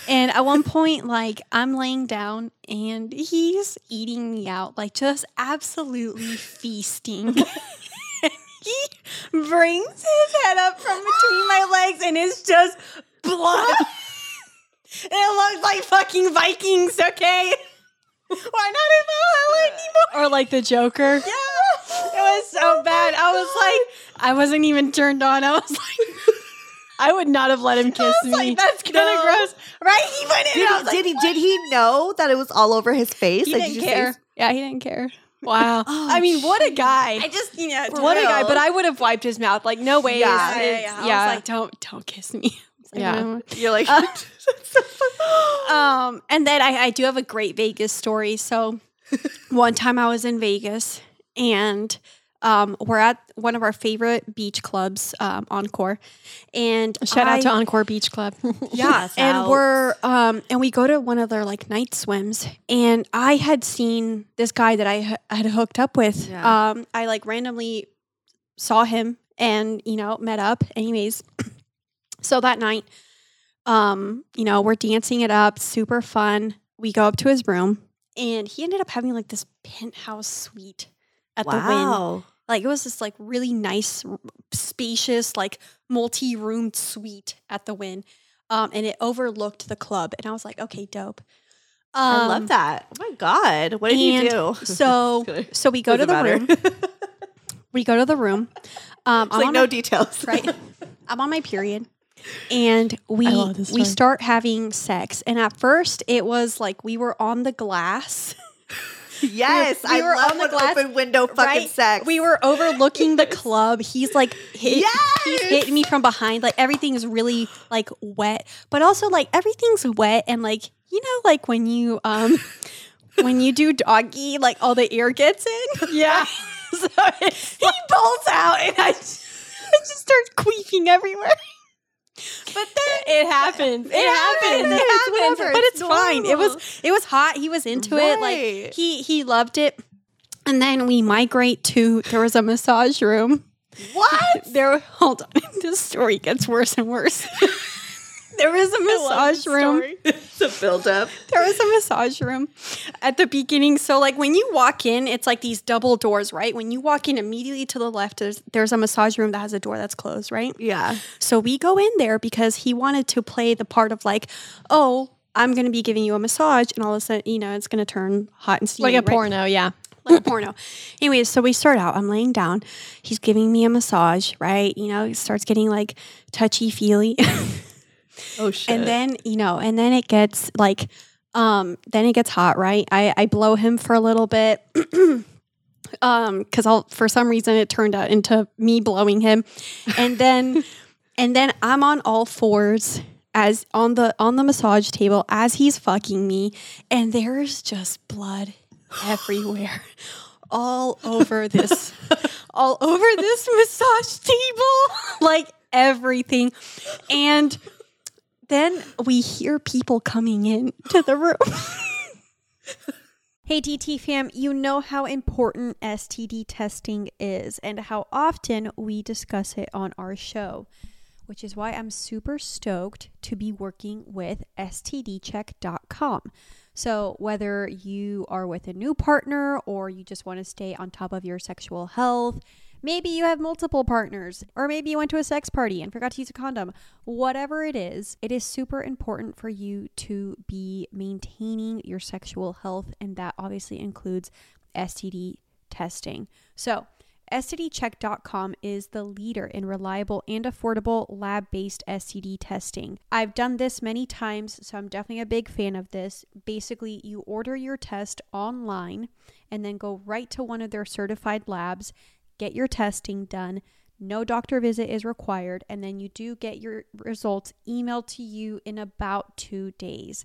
Speaker 2: And at one point, like I'm laying down and he's eating me out, like just absolutely feasting. [LAUGHS] And he brings his head up from between my legs and it's just blood. And it looks like fucking Vikings, okay? [LAUGHS] Why not in Valhalla anymore?
Speaker 5: or like the Joker.
Speaker 2: It was so bad. I was like, I wasn't even turned on. I was like,
Speaker 5: I would not have let him kiss
Speaker 2: I was
Speaker 5: me.
Speaker 2: like that's kind of
Speaker 3: No.
Speaker 2: gross, right? He went in.
Speaker 3: Did,
Speaker 2: and I
Speaker 3: he,
Speaker 2: was like,
Speaker 3: did he did he know that it was all over his face?
Speaker 2: he
Speaker 3: Like,
Speaker 2: didn't
Speaker 3: did you say-
Speaker 2: care. Yeah, he didn't care.
Speaker 5: Wow.
Speaker 3: Oh,
Speaker 5: I mean, what a
Speaker 3: shit.
Speaker 5: guy.
Speaker 2: I just, you know,
Speaker 3: For
Speaker 5: what a guy.
Speaker 3: real.
Speaker 5: But I would have wiped his mouth. Like, no way.
Speaker 3: Yeah,
Speaker 2: yeah, yeah, yeah. I was like, don't, don't kiss me. [LAUGHS] I was like,
Speaker 5: Yeah.
Speaker 2: "No."
Speaker 3: You're like, [LAUGHS]
Speaker 2: Uh, [GASPS]
Speaker 3: oh
Speaker 2: Um, and then I, I do have a great Vegas story. [LAUGHS] So one time I was in Vegas and um, we're at one of our favorite beach clubs, um, Encore, and
Speaker 5: Shout
Speaker 2: I-
Speaker 5: out to Encore Beach Club. [LAUGHS]
Speaker 3: yeah,
Speaker 2: Um, and we're um and we go to one of their like night swims and i had seen this guy that i h- had hooked up with
Speaker 3: Yeah.
Speaker 2: um i like randomly saw him and you know met up anyways [CLEARS THROAT] so that night um you know we're dancing it up super fun we go up to his room and he ended up having like this penthouse suite at the win
Speaker 3: wow.
Speaker 2: like it was this like really nice, r- spacious, like multi-roomed suite at the Win, um, and it overlooked the club. And I was like, okay, dope.
Speaker 3: I
Speaker 2: Um,
Speaker 3: love that. Oh my god, [LAUGHS] what did
Speaker 2: and
Speaker 3: you do?
Speaker 2: So,
Speaker 3: Doesn't
Speaker 2: so we go to the
Speaker 3: matter. [LAUGHS]
Speaker 2: room.
Speaker 3: It's
Speaker 2: We go to
Speaker 3: [LAUGHS]
Speaker 2: the room. Um, I'm
Speaker 3: like
Speaker 2: on
Speaker 3: no
Speaker 2: my-
Speaker 3: details,
Speaker 2: [LAUGHS] right. I'm on my period, and we
Speaker 5: I love this
Speaker 2: we
Speaker 5: story.
Speaker 2: start having sex. And at first, it was like we were on the glass.
Speaker 3: [LAUGHS] yes,
Speaker 2: We were
Speaker 3: I love
Speaker 2: on the
Speaker 3: when
Speaker 2: glass,
Speaker 3: open window fucking
Speaker 2: right?
Speaker 3: sex. [LAUGHS]
Speaker 2: We were overlooking the club. He's like hit, he's
Speaker 3: Yes!
Speaker 2: hitting me from behind. Like everything's really like wet, but also like everything's wet and like you know like when you um when you do doggy like all the air gets in. [LAUGHS]
Speaker 5: yeah.
Speaker 2: so he bolts out and I just, I just start queefing everywhere. But then
Speaker 5: It happens. It, happens.
Speaker 2: It happens.
Speaker 3: whatever,
Speaker 2: But it's
Speaker 3: it's
Speaker 2: fine. It
Speaker 3: normal.
Speaker 2: was it was hot. He was into
Speaker 3: Right.
Speaker 2: it. Like he he loved it. And then we migrate to there was a massage room.
Speaker 3: What?
Speaker 2: [LAUGHS] There, hold on. This story gets worse and worse. [LAUGHS] there was a massage room.
Speaker 3: [LAUGHS] it's a buildup.
Speaker 2: There was a massage room at the beginning. So, like, when you walk in, it's like these double doors, right? When you walk in immediately to the left, there's, there's a massage room that has a door that's closed, right?
Speaker 3: Yeah.
Speaker 2: So we go in there because he wanted to play the part of like, oh, I'm going to be giving you a massage, and all of a sudden, you know, it's going to turn hot and steamy,
Speaker 5: Like a
Speaker 2: right?
Speaker 5: porno, yeah.
Speaker 2: like a porno. Anyways, so we start out. I'm laying down. He's giving me a massage, right? You know, it starts getting like touchy feely, [LAUGHS]
Speaker 3: Oh shit.
Speaker 2: and then you know, and then it gets like, um, then it gets hot, right? I I blow him for a little bit. [CLEARS THROAT] Um, because I'll for some reason it turned out into me blowing him,
Speaker 3: [LAUGHS]
Speaker 2: and then, and then I'm on all fours as on the on the massage table as he's fucking me, and there is just
Speaker 3: [GASPS]
Speaker 2: blood everywhere, all over this, all over this massage table, like everything, and then we hear people coming in to the room. Hey, DT fam, you know how important STD testing is and how often we discuss it on our show, which is why I'm super stoked to be working with STDcheck.com. So, whether you are with a new partner or you just want to stay on top of your sexual health, maybe you have multiple partners, or maybe you went to a sex party and forgot to use a condom, whatever it is, it is super important for you to be maintaining your sexual health, and that obviously includes STD testing. So, STDcheck.com is the leader in reliable and affordable lab based STD testing. I've done this many times, so I'm definitely a big fan of this. Basically, you order your test online and then go right to one of their certified labs, get your testing done. No doctor visit is required, and then you do get your results emailed to you in about two days.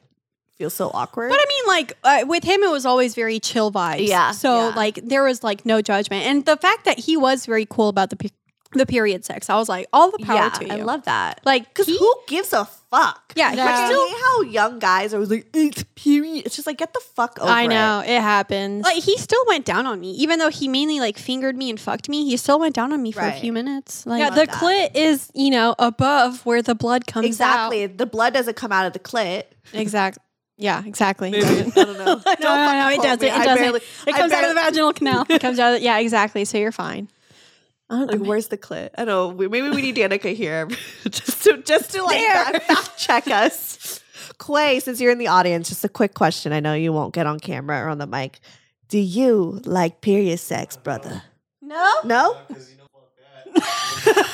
Speaker 3: feel so awkward.
Speaker 2: But I mean, like uh, with him, it was always very chill vibes.
Speaker 3: Yeah,
Speaker 2: So
Speaker 3: yeah.
Speaker 2: like there was like no judgment, and the fact that he was very cool about the pe- the period sex, I was like, all the power
Speaker 3: yeah,
Speaker 2: to you.
Speaker 3: I love that.
Speaker 2: like
Speaker 3: Because
Speaker 2: he-
Speaker 3: who gives a fuck?
Speaker 2: Yeah,
Speaker 3: like,
Speaker 2: No.
Speaker 3: I hate how young guys are always like it's period. It's just like get the fuck over.
Speaker 5: I know it happens.
Speaker 2: like he still went down on me, even though he mainly like fingered me and fucked me. He still went down on me for a
Speaker 3: Right.
Speaker 2: few minutes. Like
Speaker 5: yeah,
Speaker 3: love
Speaker 5: the
Speaker 3: that.
Speaker 5: clit is you know above where the blood
Speaker 3: it.
Speaker 5: comes out.
Speaker 3: Exactly. The blood doesn't come out of the
Speaker 2: [LAUGHS]
Speaker 3: clit.
Speaker 5: Exactly. Yeah. Exactly. [LAUGHS]
Speaker 3: I don't know. [LAUGHS] no,
Speaker 2: no, no, no, it doesn't. It doesn't. it comes out of the
Speaker 5: [LAUGHS]
Speaker 2: vaginal canal.
Speaker 5: It comes out. yeah. Exactly. So you're fine.
Speaker 3: Like, where's the clit? I don't know. We- Maybe we need Danica here [LAUGHS] just to just to like
Speaker 2: There.
Speaker 3: fact- fact check us. Quay, since you're in the audience, just a quick question. I know you won't get on camera or on the mic. Do you like period sex, brother?
Speaker 2: no.
Speaker 3: No. he said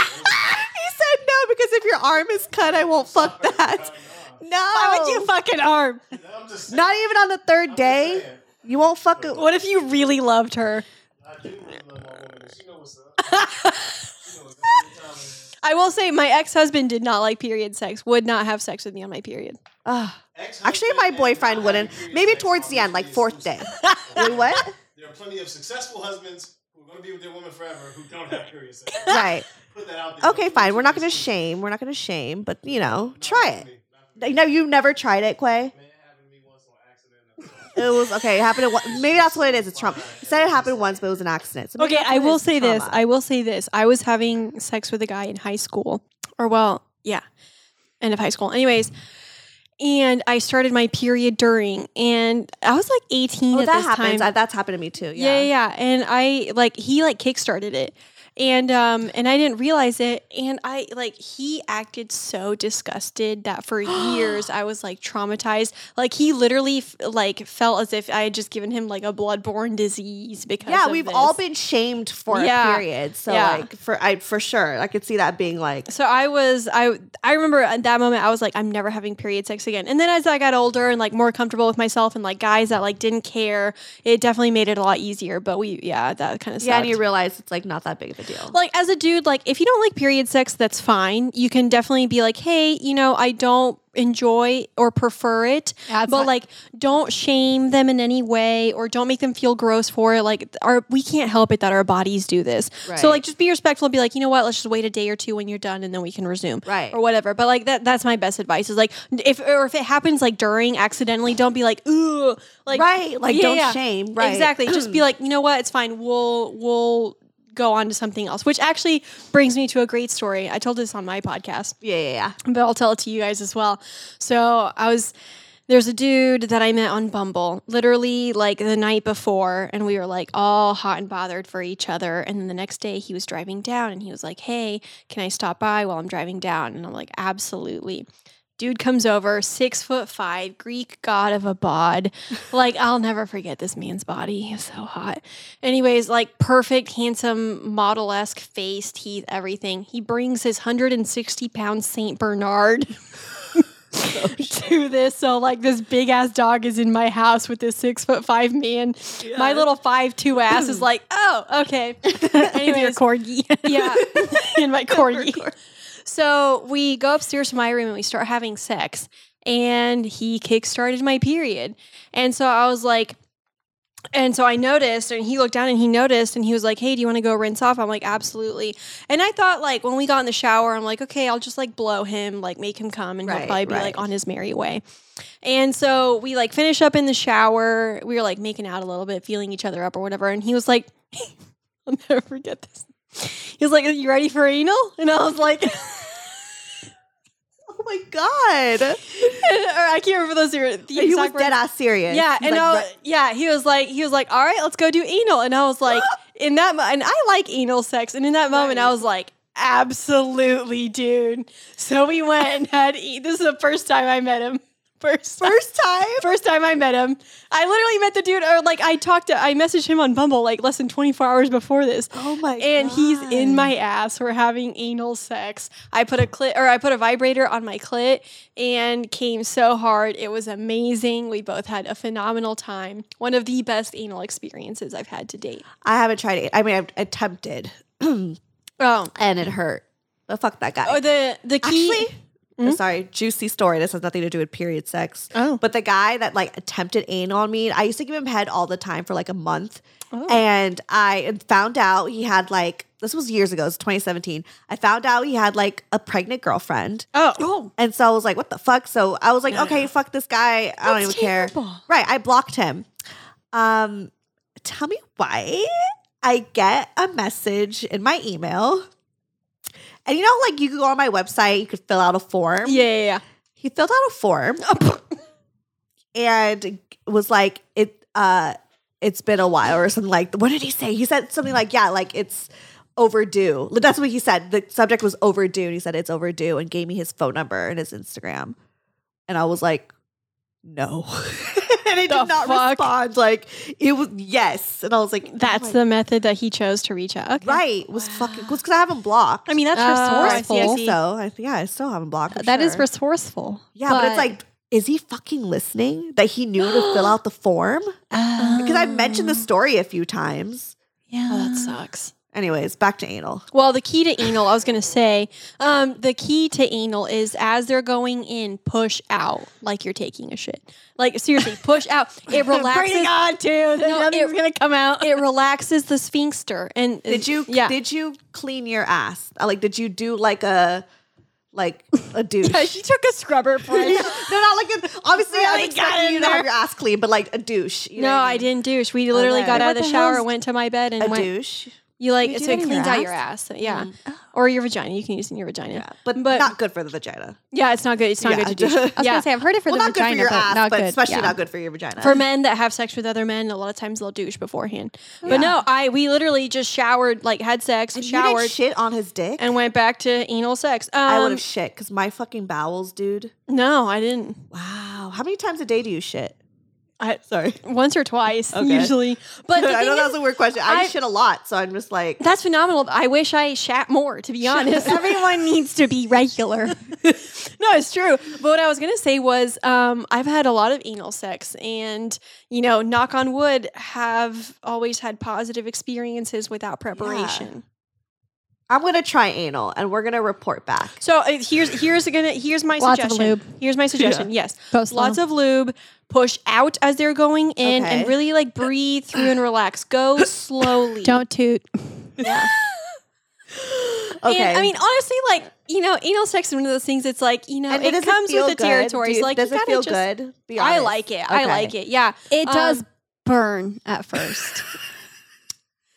Speaker 3: [LAUGHS] no because if your arm is cut, I won't fuck that. No.
Speaker 2: Why would
Speaker 5: Oh.
Speaker 2: you fucking arm?
Speaker 6: I'm just saying.
Speaker 3: Not even on the third day.
Speaker 6: saying.
Speaker 3: You won't fuck it.
Speaker 2: What if you really loved her?
Speaker 6: I do love my woman. She know what's up. she knows every time.
Speaker 5: I will say my ex husband did not like period sex. Would not have sex with me on my period.
Speaker 3: Ugh.
Speaker 6: Ex-husband
Speaker 3: uh, Actually, my
Speaker 6: and
Speaker 3: boyfriend
Speaker 6: not
Speaker 3: wouldn't.
Speaker 6: having
Speaker 3: Maybe
Speaker 6: sex
Speaker 3: towards the end, like
Speaker 6: obviously
Speaker 3: fourth
Speaker 6: is [LAUGHS]
Speaker 3: day.
Speaker 6: exclusive.
Speaker 3: Wait, what?
Speaker 6: There are plenty of successful husbands who are going to be with their woman forever who don't have period sex.
Speaker 3: Right.
Speaker 6: Put that out there.
Speaker 3: Okay, fine. We're not going to shame. We're not going to shame, but you know, try it. No, you never tried it, Quay.
Speaker 6: Man having me once on accident. that's all.
Speaker 3: It was okay. It happened. At one, maybe that's what it is. It's Trump. He said it happened once, but it was an accident. So maybe
Speaker 5: Okay,
Speaker 3: that's
Speaker 5: I
Speaker 3: what it
Speaker 5: will
Speaker 3: is,
Speaker 5: say this.
Speaker 3: trauma.
Speaker 5: I will say this. I was having sex with a guy in high school, or well, yeah, end of high school. Anyways, and I started my period during, and I was like 18
Speaker 3: oh,
Speaker 5: at
Speaker 3: that
Speaker 5: this
Speaker 3: happens.
Speaker 5: time.
Speaker 3: I- that's happened to me too.
Speaker 5: yeah.
Speaker 3: Yeah.
Speaker 5: yeah, yeah. And I like he like kickstarted it, and um and I didn't realize it, and I like he acted so disgusted
Speaker 3: [GASPS]
Speaker 5: that for years I was like traumatized. Like he literally f- like felt as if I had just given him like a bloodborne disease because
Speaker 3: Yeah,
Speaker 5: of
Speaker 3: we've
Speaker 5: this.
Speaker 3: all been shamed for
Speaker 5: Yeah.
Speaker 3: a period. So
Speaker 5: Yeah.
Speaker 3: like for I for sure, I could see that being like
Speaker 5: So I was I I remember at that moment I was like I'm never having period sex again. And then as I got older and like more comfortable with myself and like guys that like didn't care, it definitely made it a lot easier. But we yeah that kind of
Speaker 3: yeah, and you realize it's like not that big of a deal.
Speaker 5: like as a dude, like if you don't like period sex, that's fine. You can definitely be like, hey, you know, I don't enjoy or prefer it,
Speaker 2: Yeah, it's
Speaker 5: but
Speaker 2: not-
Speaker 5: like don't shame them in any way or don't make them feel gross for it. Like our we can't help it that our bodies do this.
Speaker 3: Right.
Speaker 5: So like just be respectful. and Be like, you know what? Let's just wait a day or two when you're done, and then we can resume.
Speaker 3: Right.
Speaker 5: or whatever. But like that that's my best advice is like if or if it happens like during accidentally, don't be like ooh like
Speaker 3: right? Like
Speaker 5: yeah,
Speaker 3: don't
Speaker 5: yeah.
Speaker 3: shame. Right.
Speaker 5: Exactly.
Speaker 3: [CLEARS THROAT]
Speaker 5: Just be like, you know what? It's fine. We'll we'll go on to something else. Which actually brings me to a great story. I told this on my podcast,
Speaker 3: Yeah, yeah, yeah.
Speaker 5: but I'll tell it to you guys as well. So I was there's a dude that I met on Bumble, literally like the night before, and we were like all hot and bothered for each other. And then the next day he was driving down and he was like, Hey, can I stop by while I'm driving down? And I'm like, Absolutely. Dude comes over, six foot five, Greek god of a bod. Like, I'll never forget this man's body. He's so hot. Anyways, like, perfect, handsome, model esque [LAUGHS] face, teeth, everything. He brings his 160 pound St. Bernard [LAUGHS] do this. So like this big ass dog is in my house with this six foot five man. My little five two ass [CLEARS THROAT] is like, oh, [LAUGHS] okay.
Speaker 2: your
Speaker 5: Anyways,
Speaker 2: corgi.
Speaker 5: [LAUGHS] yeah, in my corgi.
Speaker 3: corgi.
Speaker 5: So we go upstairs to my room and we start having sex. And he kickstarted my period. And so I was like, and so I noticed, and he looked down and he noticed, and he was like, Hey, do you want to go rinse off? I'm like, Absolutely. And I thought, like, when we got in the shower, I'm like, Okay, I'll just like blow him, like, make him come, and
Speaker 3: Right,
Speaker 5: he'll probably be
Speaker 3: right.
Speaker 5: like on his merry way. And so we like finish up in the shower. We were like making out a little bit, feeling each other up or whatever. And he was like, [LAUGHS] I'll never forget this. He was like, Are you ready for anal? And I was like, [LAUGHS]
Speaker 3: Oh my god.
Speaker 5: and- or I can't remember those. Are the
Speaker 3: He was
Speaker 5: exact words.
Speaker 3: dead ass serious.
Speaker 5: Yeah,
Speaker 3: He's
Speaker 5: and
Speaker 3: like,
Speaker 5: I,
Speaker 3: "Right."
Speaker 5: yeah, he was like, he was like, all right, let's go do anal, and I
Speaker 3: [GASPS]
Speaker 5: was like, in that, mo- and I like anal sex, and in that moment, I was like, absolutely, dude. So we went
Speaker 3: [LAUGHS]
Speaker 5: and had. E- this is the first time I met him. First, time-
Speaker 3: first time.
Speaker 5: [LAUGHS] first time I met him, I literally met the dude, or like I talked to, I messaged him on Bumble like less than twenty four hours before this,
Speaker 3: Oh my
Speaker 5: and he's in my ass. We're having anal sex. I put a clit or I put a vibrator on my clit and came so hard. It was amazing. We both had a phenomenal time. One of the best anal experiences I've had to date.
Speaker 3: I haven't tried it. I mean, I've attempted, and
Speaker 5: Oh,
Speaker 3: it hurt. But fuck that guy.
Speaker 5: oh the the key.
Speaker 3: Actually, uh,
Speaker 5: Hmm?
Speaker 3: sorry, juicy story. This has nothing to do with period sex.
Speaker 5: oh,
Speaker 3: But the guy that like attempted anal on me, I used to give him head all the time for like a month.
Speaker 5: Oh.
Speaker 3: And I found out he had like, this was years ago, it's 2017. I found out he had like a pregnant girlfriend.
Speaker 5: oh,
Speaker 3: And so I was like, what the fuck? So I was like, okay, fuck this guy. I don't
Speaker 5: That's
Speaker 3: even care.
Speaker 5: terrible.
Speaker 3: Right. I blocked him. Um, tell me why I get a message in my email. And you know, like you could go on my website, you could fill out a form.
Speaker 5: yeah, yeah, yeah.
Speaker 3: He filled out a form [LAUGHS] and was like, it uh it's been a while or something like what did he say? He said something like, Yeah, like it's overdue. That's what he said. The subject was overdue, and he said it's overdue and gave me his phone number and his Instagram. And I was like, No. [LAUGHS] and I did
Speaker 5: The
Speaker 3: not
Speaker 5: fuck?
Speaker 3: respond. Like it was yes. And I was like, oh
Speaker 5: That's
Speaker 3: my-
Speaker 5: the method that he chose to reach out. Okay.
Speaker 3: right. Was fucking was because I haven't blocked.
Speaker 2: I mean, that's
Speaker 5: Oh, I see, I
Speaker 2: resourceful.
Speaker 5: see.
Speaker 3: so I, yeah, I still haven't blocked. I'm
Speaker 2: That is
Speaker 3: sure.
Speaker 2: resourceful.
Speaker 3: Yeah, but, it's like, is he fucking listening? That he knew to fill
Speaker 2: [GASPS]
Speaker 3: out the form? Because I've mentioned
Speaker 2: Oh.
Speaker 3: the story a few times.
Speaker 2: Yeah.
Speaker 5: Oh, [SIGHS] that sucks.
Speaker 3: Anyways, back to anal.
Speaker 5: Well, the key to anal, I was gonna say, um, the key to anal is as they're going in, push out like you're taking a shit. Like seriously, push out. It relaxes.
Speaker 2: on, dude.
Speaker 5: No,
Speaker 2: Nothing's
Speaker 5: it-
Speaker 2: gonna come out.
Speaker 5: It relaxes the sphincter. And uh,
Speaker 3: Did you
Speaker 5: Yeah.
Speaker 3: did you clean your ass? Uh, Like did you do like a like
Speaker 2: [LAUGHS]
Speaker 3: a douche? [LAUGHS]
Speaker 5: she took a scrubber brush.
Speaker 3: no, not like a, obviously I was
Speaker 2: Really got
Speaker 3: expecting
Speaker 2: in
Speaker 3: you to have
Speaker 2: there.
Speaker 3: your ass clean, but like a douche. you know
Speaker 5: [LAUGHS] no,
Speaker 3: what
Speaker 5: I
Speaker 3: mean?
Speaker 5: didn't douche. We literally
Speaker 3: Okay.
Speaker 5: got out
Speaker 2: What
Speaker 5: of the
Speaker 2: the
Speaker 5: shower,
Speaker 2: hell's-
Speaker 5: went to my bed, and
Speaker 3: A
Speaker 5: went.
Speaker 3: douche.
Speaker 5: You like
Speaker 2: You do
Speaker 5: so
Speaker 2: that
Speaker 5: it
Speaker 2: in your
Speaker 5: cleans out your
Speaker 2: ass? Mm.
Speaker 5: ass. Yeah, or your vagina. You can use it in your vagina.
Speaker 3: Yeah. But,
Speaker 5: But-
Speaker 3: not good for the vagina.
Speaker 5: Yeah, it's not good. It's not
Speaker 3: Yeah.
Speaker 5: good to douche.
Speaker 2: I was
Speaker 5: yeah.
Speaker 2: gonna say I've heard it for
Speaker 3: well,
Speaker 2: the
Speaker 3: not good for
Speaker 2: vagina,
Speaker 3: your
Speaker 2: but
Speaker 3: ass,
Speaker 2: not
Speaker 3: but
Speaker 2: good.
Speaker 3: especially
Speaker 2: yeah.
Speaker 3: not good for your vagina.
Speaker 5: for men that have sex with other men, a lot of times they'll douche beforehand. But no, I we literally just showered, like had sex,
Speaker 3: and you
Speaker 5: showered,
Speaker 3: did shit on his dick.
Speaker 5: and went back to anal sex. Um,
Speaker 3: I would have shit because my fucking bowels, dude.
Speaker 5: no, I didn't.
Speaker 3: Wow. How many times a day do you shit?
Speaker 5: I,
Speaker 3: Sorry.
Speaker 5: once or twice
Speaker 3: Okay.
Speaker 5: usually,
Speaker 3: [LAUGHS]
Speaker 5: but the
Speaker 3: I
Speaker 5: thing
Speaker 3: know that
Speaker 5: is,
Speaker 3: was a weird question. I,
Speaker 5: I-
Speaker 3: shit a lot, so I'm just like,
Speaker 5: that's phenomenal. I wish I shat more, to
Speaker 3: [LAUGHS]
Speaker 5: be honest.
Speaker 2: Everyone needs to be regular.
Speaker 5: [LAUGHS] No, it's true. But what I was gonna say was, um, I've had a lot of anal sex, and you know, knock on wood, have always had positive experiences without preparation.
Speaker 3: I'm gonna try anal, and we're gonna report back.
Speaker 5: So uh, here's here's gonna here's my
Speaker 2: Lots of
Speaker 5: suggestion.
Speaker 2: lube.
Speaker 5: Here's my suggestion. Yes,
Speaker 2: Post
Speaker 5: lots of lube. Push out as they're going in,
Speaker 3: Okay.
Speaker 5: and really like breathe through and
Speaker 3: [LAUGHS]
Speaker 5: relax. Go slowly.
Speaker 2: Don't toot.
Speaker 5: And,
Speaker 3: Okay.
Speaker 5: I mean, honestly, like you know, anal sex is one of those things. It's like you know,
Speaker 3: And
Speaker 5: it,
Speaker 3: doesn't
Speaker 5: comes
Speaker 3: feel
Speaker 5: with the
Speaker 3: good?
Speaker 5: territories.
Speaker 3: Do you-
Speaker 5: like
Speaker 3: does
Speaker 5: you
Speaker 3: it
Speaker 5: gotta
Speaker 3: feel
Speaker 5: just,
Speaker 3: good? Be
Speaker 5: I
Speaker 3: honest.
Speaker 5: like it. I
Speaker 3: Okay.
Speaker 5: like it. Yeah.
Speaker 2: It
Speaker 3: Oh.
Speaker 5: Um,
Speaker 2: does burn at [LAUGHS] first.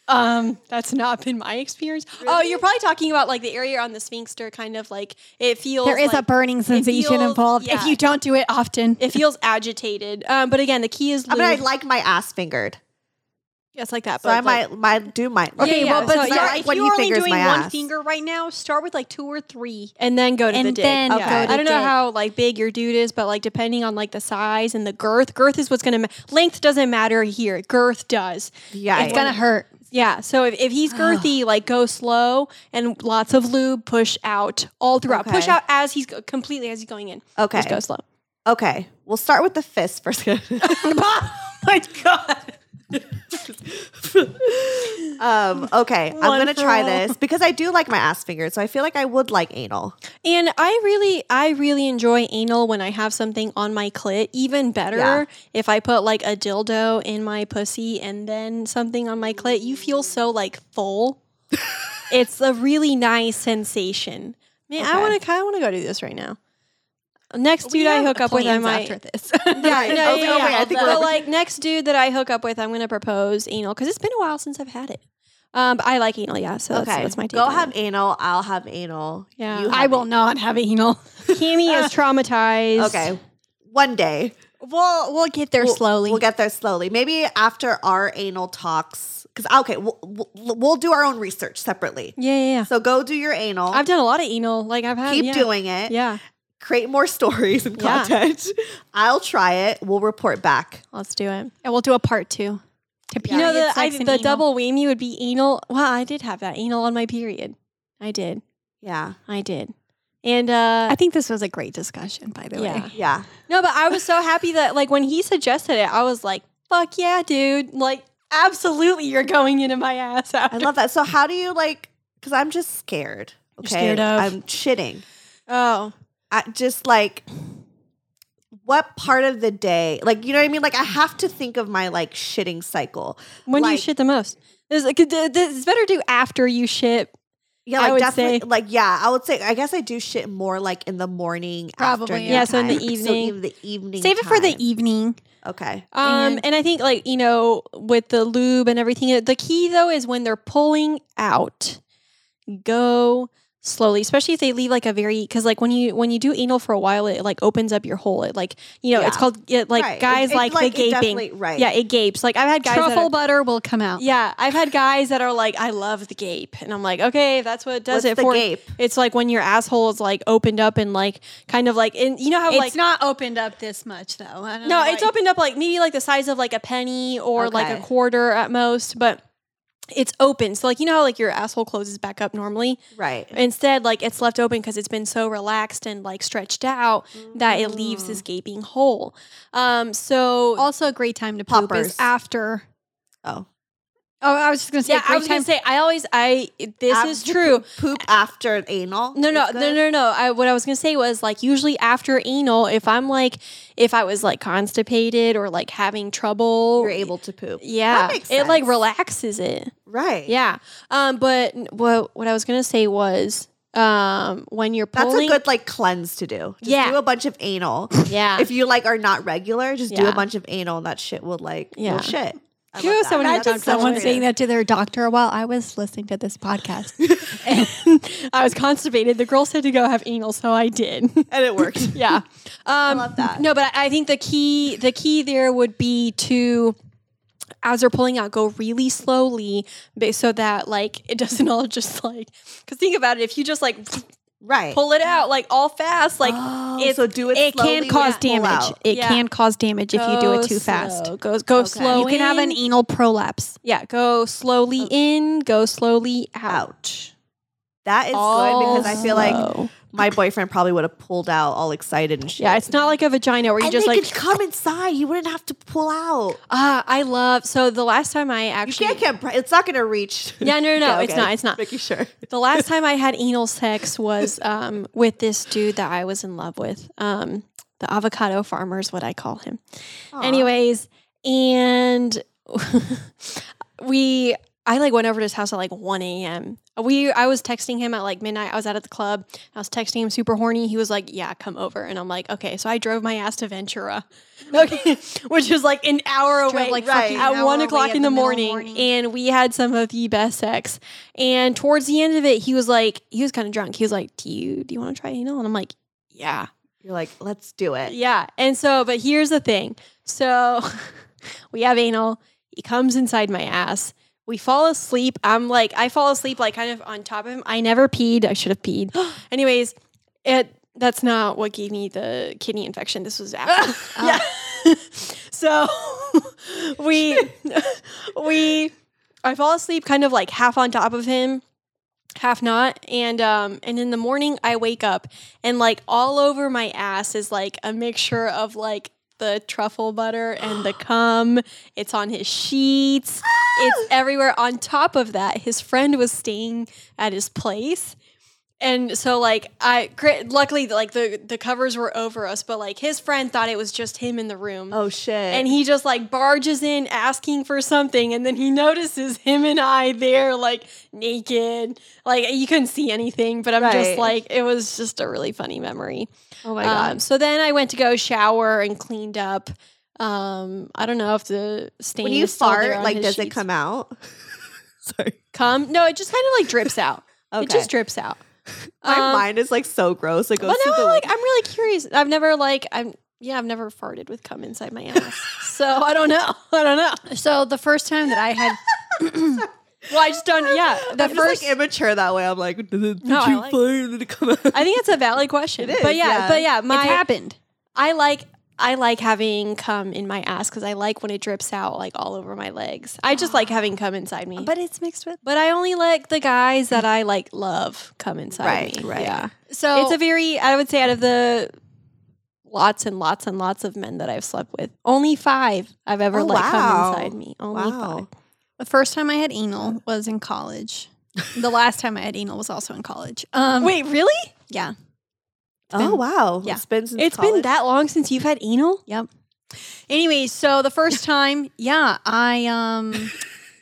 Speaker 5: Um, that's not been my experience. Oh, you're probably talking about like the area on the sphincter, kind of like it feels.
Speaker 2: there is a
Speaker 5: like-
Speaker 2: burning sensation
Speaker 5: feels-
Speaker 2: involved if
Speaker 5: yeah.
Speaker 2: you don't do it often.
Speaker 5: It feels agitated. Um, but again, the key is
Speaker 3: I
Speaker 5: lube.
Speaker 3: mean, I like my ass fingered,
Speaker 5: yes, like that.
Speaker 3: so
Speaker 5: but,
Speaker 3: I
Speaker 5: like-
Speaker 3: might, might do my.
Speaker 5: Okay, well, but
Speaker 3: so
Speaker 5: start-
Speaker 3: I
Speaker 5: if
Speaker 3: like when he fingers my ass.
Speaker 2: right now, start with like two or three.
Speaker 5: and then go to
Speaker 2: And
Speaker 5: the dick.
Speaker 2: then
Speaker 3: go to
Speaker 5: I don't know
Speaker 2: dick.
Speaker 5: how like big your dude is, but like depending on like the size and the girth, girth is what's gonna ma- length doesn't matter here. Girth does.
Speaker 3: yeah,
Speaker 2: It's gonna hurt.
Speaker 5: Yeah. So if, if he's girthy, like go slow and lots of lube, push out all throughout. Push
Speaker 3: Okay.
Speaker 5: out as he's go- completely as he's going in.
Speaker 3: Okay.
Speaker 5: Just go slow.
Speaker 3: Okay. We'll start with the fist first.
Speaker 5: [LAUGHS] Oh my God.
Speaker 3: um, okay. I'm
Speaker 5: One
Speaker 3: going to
Speaker 5: for
Speaker 3: try
Speaker 5: all.
Speaker 3: this because I do like my ass fingers. So I feel like I would like anal.
Speaker 5: And I really, I really enjoy anal when I have something on my clit. Even better
Speaker 3: Yeah.
Speaker 5: if I put like a dildo in my pussy and then something on my clit. You feel so like
Speaker 3: [LAUGHS]
Speaker 5: full. it's a really nice sensation. Man, I
Speaker 3: Okay.
Speaker 5: want to. I want to go do this right now. Next dude I hook up with, I
Speaker 2: plans
Speaker 5: might.
Speaker 2: after this.
Speaker 5: Yeah, no,
Speaker 3: Okay,
Speaker 5: yeah,
Speaker 3: okay,
Speaker 5: yeah.
Speaker 3: I think
Speaker 5: but
Speaker 3: we're-
Speaker 5: like next dude that I hook up with, I'm gonna propose anal because it's been a while since I've had it. Um, but I like anal, yeah. So that's, that's my take.
Speaker 3: Go
Speaker 5: on
Speaker 3: have
Speaker 5: it.
Speaker 3: anal. I'll have anal.
Speaker 5: Yeah.
Speaker 3: You have
Speaker 2: I will not have anal.
Speaker 5: Kimmy
Speaker 3: [LAUGHS]
Speaker 5: is traumatized.
Speaker 3: Okay. One day.
Speaker 2: We'll we'll get there
Speaker 3: We'll-
Speaker 2: slowly.
Speaker 3: We'll get there slowly. Maybe after our anal talks. Because, okay, we'll, we'll, we'll do our own research separately.
Speaker 5: Yeah, yeah, yeah.
Speaker 3: So go do your anal.
Speaker 5: I've done a lot of anal. Like I've had
Speaker 3: Keep
Speaker 5: yeah.
Speaker 3: doing it.
Speaker 5: Yeah,
Speaker 3: Create more [LAUGHS] stories and
Speaker 5: Yeah.
Speaker 3: content. I'll try it. We'll report back.
Speaker 5: let's do it.
Speaker 2: and we'll do a part two. To
Speaker 5: You know
Speaker 2: period
Speaker 5: the I,
Speaker 2: sex and
Speaker 5: the
Speaker 2: anal.
Speaker 5: double whammy would be anal. Well, I did have that anal on my period. I did.
Speaker 3: Yeah.
Speaker 5: I did. And uh
Speaker 2: I think this was a great discussion, by the
Speaker 5: Yeah.
Speaker 2: way. [LAUGHS]
Speaker 3: Yeah.
Speaker 5: No, but I was so happy that like when he suggested it, I was like, "Fuck yeah, dude!" Like, absolutely, you're going into my ass.
Speaker 3: I
Speaker 5: After.
Speaker 3: love that. So how do you like? Because I'm just scared. Okay,
Speaker 2: scared of-
Speaker 3: I'm shitting.
Speaker 5: Oh,
Speaker 3: I just like what part of the day? Like you know what I mean? Like I have to think of my like shitting cycle.
Speaker 5: when do you
Speaker 3: Like-
Speaker 5: shit the most? There's like, th- th- it's better to do after you shit.
Speaker 3: Yeah,
Speaker 5: I
Speaker 3: like
Speaker 5: would
Speaker 3: definitely.
Speaker 5: say-
Speaker 3: Like yeah, I would say. I guess I do shit more like in the morning.
Speaker 2: Probably,
Speaker 3: afternoon
Speaker 5: yeah. So in the
Speaker 3: time.
Speaker 5: evening.
Speaker 3: in the evening.
Speaker 2: Save it for the
Speaker 3: time.
Speaker 5: e
Speaker 2: evening.
Speaker 3: Okay.
Speaker 5: Um,
Speaker 2: And-
Speaker 5: and I think like you know with the lube and everything, the key though is when they're pulling out, go slowly especially if they leave like a very because like when you when you do anal for a while it like opens up your hole it like you know it's
Speaker 3: Yeah.
Speaker 5: called it, like
Speaker 3: Right. It-
Speaker 5: guys
Speaker 3: it,
Speaker 5: like,
Speaker 3: like,
Speaker 5: the
Speaker 3: it
Speaker 5: gaping
Speaker 3: definitely- right.
Speaker 5: yeah it gapes like i've had guys that
Speaker 2: Truffle
Speaker 5: are-
Speaker 2: butter will come out.
Speaker 5: Yeah, I've had guys that are like, I love the gape, and I'm like, okay, if that's what
Speaker 3: What's
Speaker 5: does it
Speaker 3: the
Speaker 5: for.
Speaker 3: gape?
Speaker 5: It's like when your asshole is like opened up and like kind of like, and you know how
Speaker 2: It's
Speaker 5: like
Speaker 2: not opened up this much though. I don't
Speaker 5: no,
Speaker 2: know
Speaker 5: it's
Speaker 2: why.
Speaker 5: opened up like maybe like the size of like a penny or like
Speaker 3: Okay.
Speaker 5: a quarter at most, but it's open. So like you know how like your asshole closes back up normally.
Speaker 3: Right.
Speaker 5: Instead, like it's left open because it's been so relaxed and like stretched out that it leaves
Speaker 3: Mm.
Speaker 5: this gaping hole. Um, so
Speaker 2: Also, a great time to poop
Speaker 3: Poppers.
Speaker 2: is after.
Speaker 3: Oh,
Speaker 2: Oh, I was just gonna say,
Speaker 5: yeah,
Speaker 2: great
Speaker 5: I was
Speaker 2: time.
Speaker 5: gonna say I always I this
Speaker 3: Ab-
Speaker 5: is true.
Speaker 3: Poop after anal.
Speaker 5: No, no,
Speaker 3: is
Speaker 5: no,
Speaker 3: good?
Speaker 5: no, no. I, what I was gonna say was like usually after anal, if I'm like, if I was like constipated or like having trouble,
Speaker 3: You're able to poop.
Speaker 5: Yeah,
Speaker 3: That makes
Speaker 5: it like
Speaker 3: sense.
Speaker 5: relaxes it.
Speaker 3: Right.
Speaker 5: Yeah. Um, but what what I was gonna say was um when you're
Speaker 3: That's
Speaker 5: pulling,
Speaker 3: a good like cleanse to do. Just
Speaker 5: Yeah.
Speaker 3: do a bunch of anal.
Speaker 5: yeah.
Speaker 3: if you like are not regular, just do
Speaker 5: Yeah.
Speaker 3: a bunch of anal and that shit will like
Speaker 5: Yeah.
Speaker 3: will shit. I
Speaker 5: You
Speaker 3: love
Speaker 5: know
Speaker 3: that.
Speaker 5: someone who
Speaker 2: Imagine
Speaker 5: Dr.
Speaker 2: someone
Speaker 5: Sawyer.
Speaker 2: saying that to their doctor while I was listening to this podcast.
Speaker 5: and [LAUGHS] I was constipated. The girl said to go have anal, so I did. [LAUGHS]
Speaker 3: and it worked.
Speaker 5: yeah. Um,
Speaker 3: love that.
Speaker 5: No, but I I think the key the key there would be to as they're pulling out, go really slowly ba- so that like it doesn't all just like because think about it if you just like
Speaker 3: [LAUGHS] right. Oh,
Speaker 5: pull it out like all fast like it's-
Speaker 3: so do it.
Speaker 2: it
Speaker 3: slowly
Speaker 2: can
Speaker 3: when
Speaker 2: cause
Speaker 3: you pull
Speaker 2: damage.
Speaker 3: out.
Speaker 2: It
Speaker 5: Yeah.
Speaker 2: can cause damage if you do
Speaker 5: go
Speaker 2: it too fast.
Speaker 5: slow. go go
Speaker 3: Okay.
Speaker 5: slow
Speaker 2: You can have an
Speaker 5: in.
Speaker 2: anal prolapse.
Speaker 5: yeah go slowly in go slowly out
Speaker 3: Oh. Ouch. That is
Speaker 5: All
Speaker 3: good because I feel like
Speaker 5: slow.
Speaker 3: my boyfriend probably would have pulled out all excited and shit.
Speaker 5: Oh. yeah it's not like a vagina where you
Speaker 3: and
Speaker 5: just
Speaker 3: they
Speaker 5: like
Speaker 3: could come inside. You wouldn't have to pull out.
Speaker 5: ah I love so the last time I
Speaker 3: You
Speaker 5: actually
Speaker 3: can't, can't. It's not going to reach.
Speaker 5: Yeah, no, no, no, it's
Speaker 3: okay.
Speaker 5: not, it's not.
Speaker 3: Making sure.
Speaker 5: The last time I had anal sex was um, with this dude that I was in love with. Um, the avocado farmer is what I call him. Anyways, and [LAUGHS] we, I like went over to his house at like 1 a.m. We, I was texting him at like midnight. I was out at the club. I was texting him super horny. He was like, yeah, come over. And I'm like, okay. So I drove my ass to Ventura, [LAUGHS] okay, which is like an hour
Speaker 2: Drove,
Speaker 5: away.
Speaker 2: like,
Speaker 3: right.
Speaker 2: fucking
Speaker 5: At
Speaker 2: hour
Speaker 5: one
Speaker 2: away
Speaker 5: o'clock
Speaker 2: at
Speaker 5: in the,
Speaker 2: middle of
Speaker 5: morning, and we had some of the best sex. And towards the end of it, he was like, he was kind of drunk. He was like, "Do you do you want to try anal?" And I'm like, "Yeah,
Speaker 3: You're like, let's do it.
Speaker 5: yeah." And so, but here's the thing: so [LAUGHS] we have anal. He comes inside my ass. We fall asleep. I'm like, I fall asleep, like kind of on top of him. I never peed. I should have peed. [GASPS] Anyways, it that's not what gave me the kidney infection. This was after. [LAUGHS] yeah. so [LAUGHS] we we I fall asleep kind of like half on top of him, half not. And um and in the morning I wake up and like all over my ass is like a mixture of like the truffle butter and the cum. It's on his sheets. It's everywhere. On top of that, his friend was staying at his place. And so like I cra- luckily like the the covers were over us, but like his friend thought it was just him in the room.
Speaker 3: Oh shit.
Speaker 5: And he just like barges in asking for something, and then he notices him and I there, like naked. Like you couldn't see anything, but I'm
Speaker 3: Right.
Speaker 5: just like, it was just a really funny memory.
Speaker 3: oh my
Speaker 5: Um, so then I went to go shower and cleaned up. Um, I don't know if the stain.
Speaker 3: When you
Speaker 5: is still there
Speaker 3: fart,
Speaker 5: on
Speaker 3: like
Speaker 5: his
Speaker 3: does it
Speaker 5: sheets.
Speaker 3: come
Speaker 5: [LAUGHS]
Speaker 3: out? Sorry.
Speaker 5: Come? No, it just kind of like drips out.
Speaker 3: Okay.
Speaker 5: It just drips out.
Speaker 3: my
Speaker 5: Um,
Speaker 3: mind is like so gross. It goes
Speaker 5: But
Speaker 3: to
Speaker 5: now
Speaker 3: the
Speaker 5: I'm like, I'm really curious. I've never like, I'm yeah, I've never farted with cum inside
Speaker 3: [LAUGHS]
Speaker 5: my ass, so I don't know. [LAUGHS] I don't know.
Speaker 2: So the first time that I [LAUGHS] had
Speaker 5: Well, I just don't.
Speaker 3: [LAUGHS]
Speaker 5: Yeah, the
Speaker 3: I'm just,
Speaker 5: first.
Speaker 3: like immature that way. I'm like, did, it- did
Speaker 5: No, I
Speaker 3: you
Speaker 5: like-
Speaker 3: fart? Did it come out? [LAUGHS]
Speaker 5: I think it's a valid question.
Speaker 3: It is,
Speaker 5: but yeah,
Speaker 3: yeah.
Speaker 5: but yeah,
Speaker 2: it
Speaker 5: my
Speaker 2: happened.
Speaker 5: I like I like having cum in my ass because I like when it drips out like all over my legs. I just like having cum inside me. But
Speaker 2: it's mixed with
Speaker 5: but I only like the guys that I like love cum inside
Speaker 3: Right,
Speaker 5: me.
Speaker 3: right.
Speaker 5: Yeah.
Speaker 2: so
Speaker 5: it's a very I would say out of the lots and lots and lots of men that I've slept with, only five I've ever
Speaker 3: Oh,
Speaker 5: let
Speaker 3: wow.
Speaker 5: cum inside me. Only
Speaker 3: Wow.
Speaker 5: five.
Speaker 2: the first time I had anal was in college. the last time I had anal was also in college. Um,
Speaker 5: Wait, really?
Speaker 2: yeah,
Speaker 3: oh wow.
Speaker 2: yeah.
Speaker 3: It's been since
Speaker 5: It's been
Speaker 3: college.
Speaker 5: that long since you've had anal?
Speaker 2: yep. Anyway, so the
Speaker 3: [LAUGHS]
Speaker 2: first time, yeah, I um,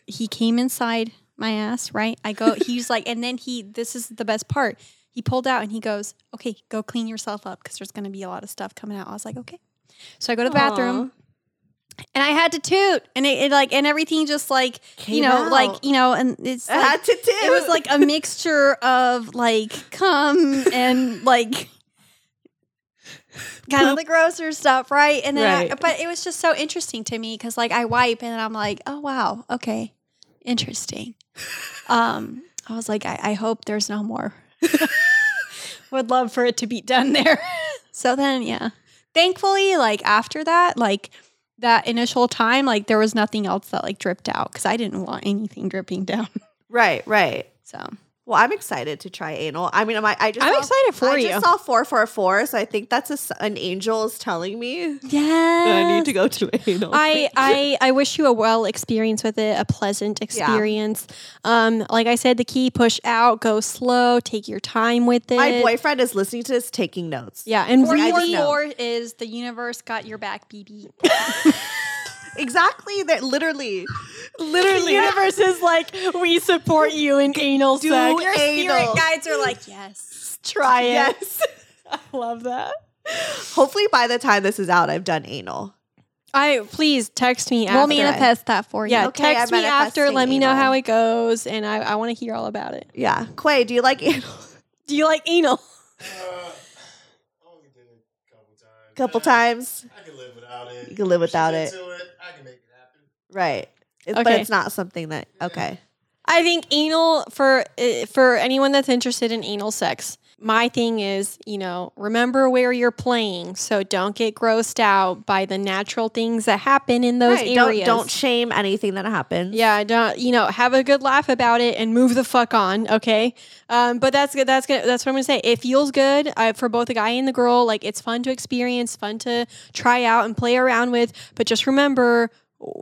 Speaker 2: he came inside my ass. Right, I go. He's like, and then he. This is the best part. He pulled out and he goes, "Okay, go clean yourself up because there's going to be a lot of stuff coming out." I was like, "Okay." So I go to the bathroom. and I had to toot, and it, it like, and everything just like,
Speaker 3: Came
Speaker 2: you know,
Speaker 3: out.
Speaker 2: like, you know, and it's
Speaker 3: I had
Speaker 2: like,
Speaker 3: to do.
Speaker 2: it was like a mixture of like cum Um, and like kind of the grosser stuff, right? And then, I-
Speaker 3: Right.
Speaker 2: but it was just so interesting to me because like I wipe and I'm like, oh wow, okay, interesting. Um, I was like, I, I hope there's no more. [LAUGHS] Would love for it to be done there. [LAUGHS] so then, yeah, thankfully, like after that, like that initial time, like there was nothing else that like dripped out because I didn't want anything dripping down.
Speaker 3: right, right.
Speaker 2: So
Speaker 3: Well, I'm excited to try anal. I mean, am I, I just
Speaker 5: I'm
Speaker 3: saw-
Speaker 5: excited for
Speaker 3: I
Speaker 5: you.
Speaker 3: just saw four four four, so I think that's a s an angel is telling me
Speaker 5: Yeah.
Speaker 3: [LAUGHS] that I need to go to [LAUGHS] anal.
Speaker 5: I, I I wish you a well experience with it, a pleasant experience. Um, like I said, the key push out, go slow, take your time with it.
Speaker 3: my boyfriend is listening to this, taking notes.
Speaker 5: Yeah, and
Speaker 3: I just
Speaker 5: really
Speaker 3: know.
Speaker 2: is the universe got your back,
Speaker 3: [LAUGHS]
Speaker 2: BB.
Speaker 3: exactly. That literally, literally.
Speaker 5: universe is like, we support you in anal
Speaker 3: Do
Speaker 5: sex.
Speaker 3: Your spirit anal. [LAUGHS]
Speaker 5: guides are like, yes, try it.
Speaker 3: Yes. [LAUGHS]
Speaker 5: I love that.
Speaker 3: Hopefully, by the time this is out, I've done anal.
Speaker 5: I please text me.
Speaker 2: We'll
Speaker 5: after.
Speaker 2: manifest that for you.
Speaker 5: Yeah,
Speaker 3: Okay,
Speaker 5: text
Speaker 3: I'm
Speaker 5: me after. Let me
Speaker 3: manifesting
Speaker 5: know how
Speaker 3: anal.
Speaker 5: it goes, and I, I want to hear all about it.
Speaker 3: Yeah. Quay, do you like [LAUGHS] anal?
Speaker 5: Do you like anal?
Speaker 6: Uh, I only did it a
Speaker 3: couple
Speaker 6: couple times. I-
Speaker 3: times.
Speaker 6: I can live without it.
Speaker 3: You can live
Speaker 6: If
Speaker 3: without
Speaker 6: she's
Speaker 3: it.
Speaker 6: into I can make it happen.
Speaker 3: Right. It- But
Speaker 5: Okay.
Speaker 3: it's not something that, okay.
Speaker 5: I think anal for uh, for anyone that's interested in anal sex. My thing is, you know, remember where you're playing, so don't get grossed out by the natural things that happen in those
Speaker 3: Right, don't,
Speaker 5: areas.
Speaker 3: don't shame anything that happens.
Speaker 5: yeah, don't you know? Have a good laugh about it and move the fuck on, okay? Um, but that's good. That's good. That's what I'm gonna say. It feels good uh, for both the guy and the girl. Like it's fun to experience, fun to try out and play around with. But just remember,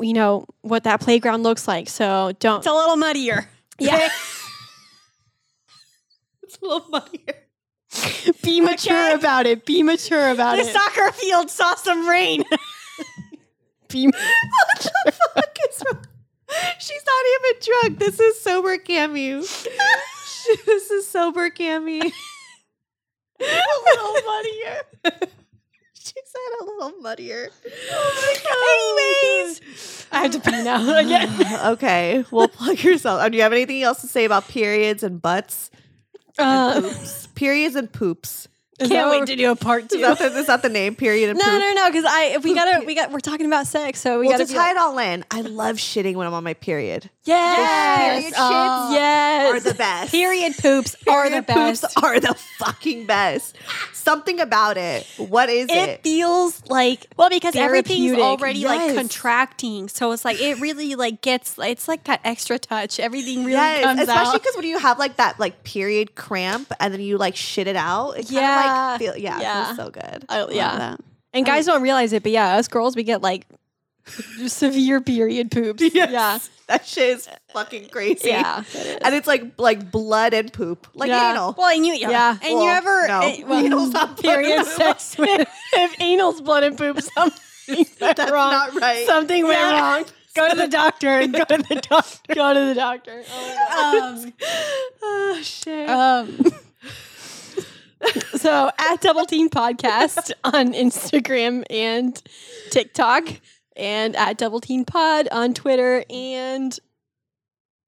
Speaker 5: you know, what that playground looks like. So don't.
Speaker 2: a little muddier.
Speaker 5: yeah.
Speaker 3: It's a little funnier.
Speaker 5: Be mature about it. Be mature about it.
Speaker 2: soccer field saw some rain.
Speaker 5: Be ma-
Speaker 3: Fuck is
Speaker 4: [LAUGHS]
Speaker 3: wrong? She's not even drunk. This is sober Camu. this is sober Camu. a little muddier. she said a little muddier. [LAUGHS]
Speaker 5: Anyways, I have to pee now [GASPS] again.
Speaker 3: okay, well, plug yourself. Um, do you have anything else to say about periods and butts?
Speaker 5: Uh, [LAUGHS]
Speaker 3: Poops. Periods and poops.
Speaker 2: Can't wait to do a part two.
Speaker 3: Is that, the, is that the name? Period. And
Speaker 5: No,
Speaker 3: poop?
Speaker 5: no, no, because I [LAUGHS] we gotta we got we're talking about sex, so we
Speaker 3: Well,
Speaker 5: gotta
Speaker 3: to
Speaker 5: be
Speaker 3: tie
Speaker 5: like,
Speaker 3: it all in, I love shitting when I'm on my period.
Speaker 5: yes,
Speaker 3: Period
Speaker 2: Oh.
Speaker 3: shits
Speaker 5: yes.
Speaker 3: are the best.
Speaker 2: Period poops are the
Speaker 3: Period poops
Speaker 2: best.
Speaker 3: Are the fucking best. Something about it. What is
Speaker 2: it,
Speaker 3: it?
Speaker 2: feels like
Speaker 5: Well, because everything's
Speaker 2: everything's already
Speaker 5: already like
Speaker 2: like
Speaker 5: contracted.
Speaker 2: contracting, so it's like it really like gets it's like that extra touch. Everything really comes
Speaker 3: yes, especially
Speaker 2: out.
Speaker 3: because when you have like that like period cramp and then you like shit it out, it
Speaker 5: Yeah.
Speaker 3: kind of like feel, yeah,
Speaker 5: Yeah.
Speaker 3: It feels so good.
Speaker 5: I-
Speaker 2: Love
Speaker 5: Oh, yeah,
Speaker 2: that.
Speaker 5: and guys don't realize it, but yeah, us girls we get like [LAUGHS] severe period poops. Yeah,
Speaker 3: that shit is fucking crazy.
Speaker 5: yeah, it is.
Speaker 3: and it's like like blood and poop, like
Speaker 5: Yeah.
Speaker 3: anal.
Speaker 2: Well, and you yeah,
Speaker 5: Yeah.
Speaker 2: and
Speaker 3: Well,
Speaker 2: you ever
Speaker 3: no.
Speaker 2: eh, well, [LAUGHS]
Speaker 3: Anal, not blood
Speaker 2: period
Speaker 3: and poop.
Speaker 2: sex with
Speaker 5: [LAUGHS] if anal's blood and [LAUGHS] poop, something went
Speaker 3: That's
Speaker 5: wrong.
Speaker 3: not right.
Speaker 5: Something went
Speaker 2: Yeah.
Speaker 5: [LAUGHS] wrong.
Speaker 2: go to the doctor and go to the doctor.
Speaker 5: Go to the doctor. Oh my God.
Speaker 2: Um,
Speaker 3: oh shit.
Speaker 5: Um, [LAUGHS] so at Double Team Podcast on Instagram and TikTok, and at Double Team Pod on Twitter and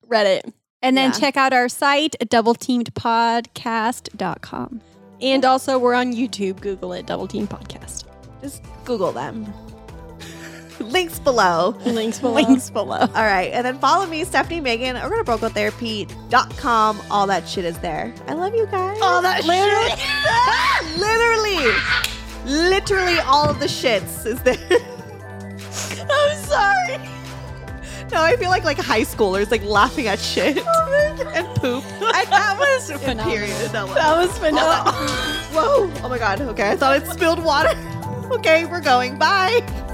Speaker 5: Reddit.
Speaker 2: and then
Speaker 3: Yeah.
Speaker 2: check out our site doubleteamedpodcast.com.
Speaker 5: And also, we're on YouTube. Google it, Double Team Podcast.
Speaker 3: Just Google them. Links below. [LAUGHS]
Speaker 5: Links below.
Speaker 2: Links below.
Speaker 3: All right, and then follow me, Stephanie Megan, or go to brocotherapy.com. All that shit is there. I love you guys. All that [LAUGHS] shit. literally. Literally all of the shits is there. [LAUGHS] I'm sorry. No, I feel like like high schoolers like laughing at [LAUGHS] shit Oh [LAUGHS] and poop. I, that [LAUGHS] was a
Speaker 5: Phenomenal.
Speaker 3: period. That was,
Speaker 5: That was
Speaker 3: [LAUGHS]
Speaker 5: phenomenal.
Speaker 3: Whoa. Oh my god. Okay. I thought it spilled water. Okay, we're going. Bye.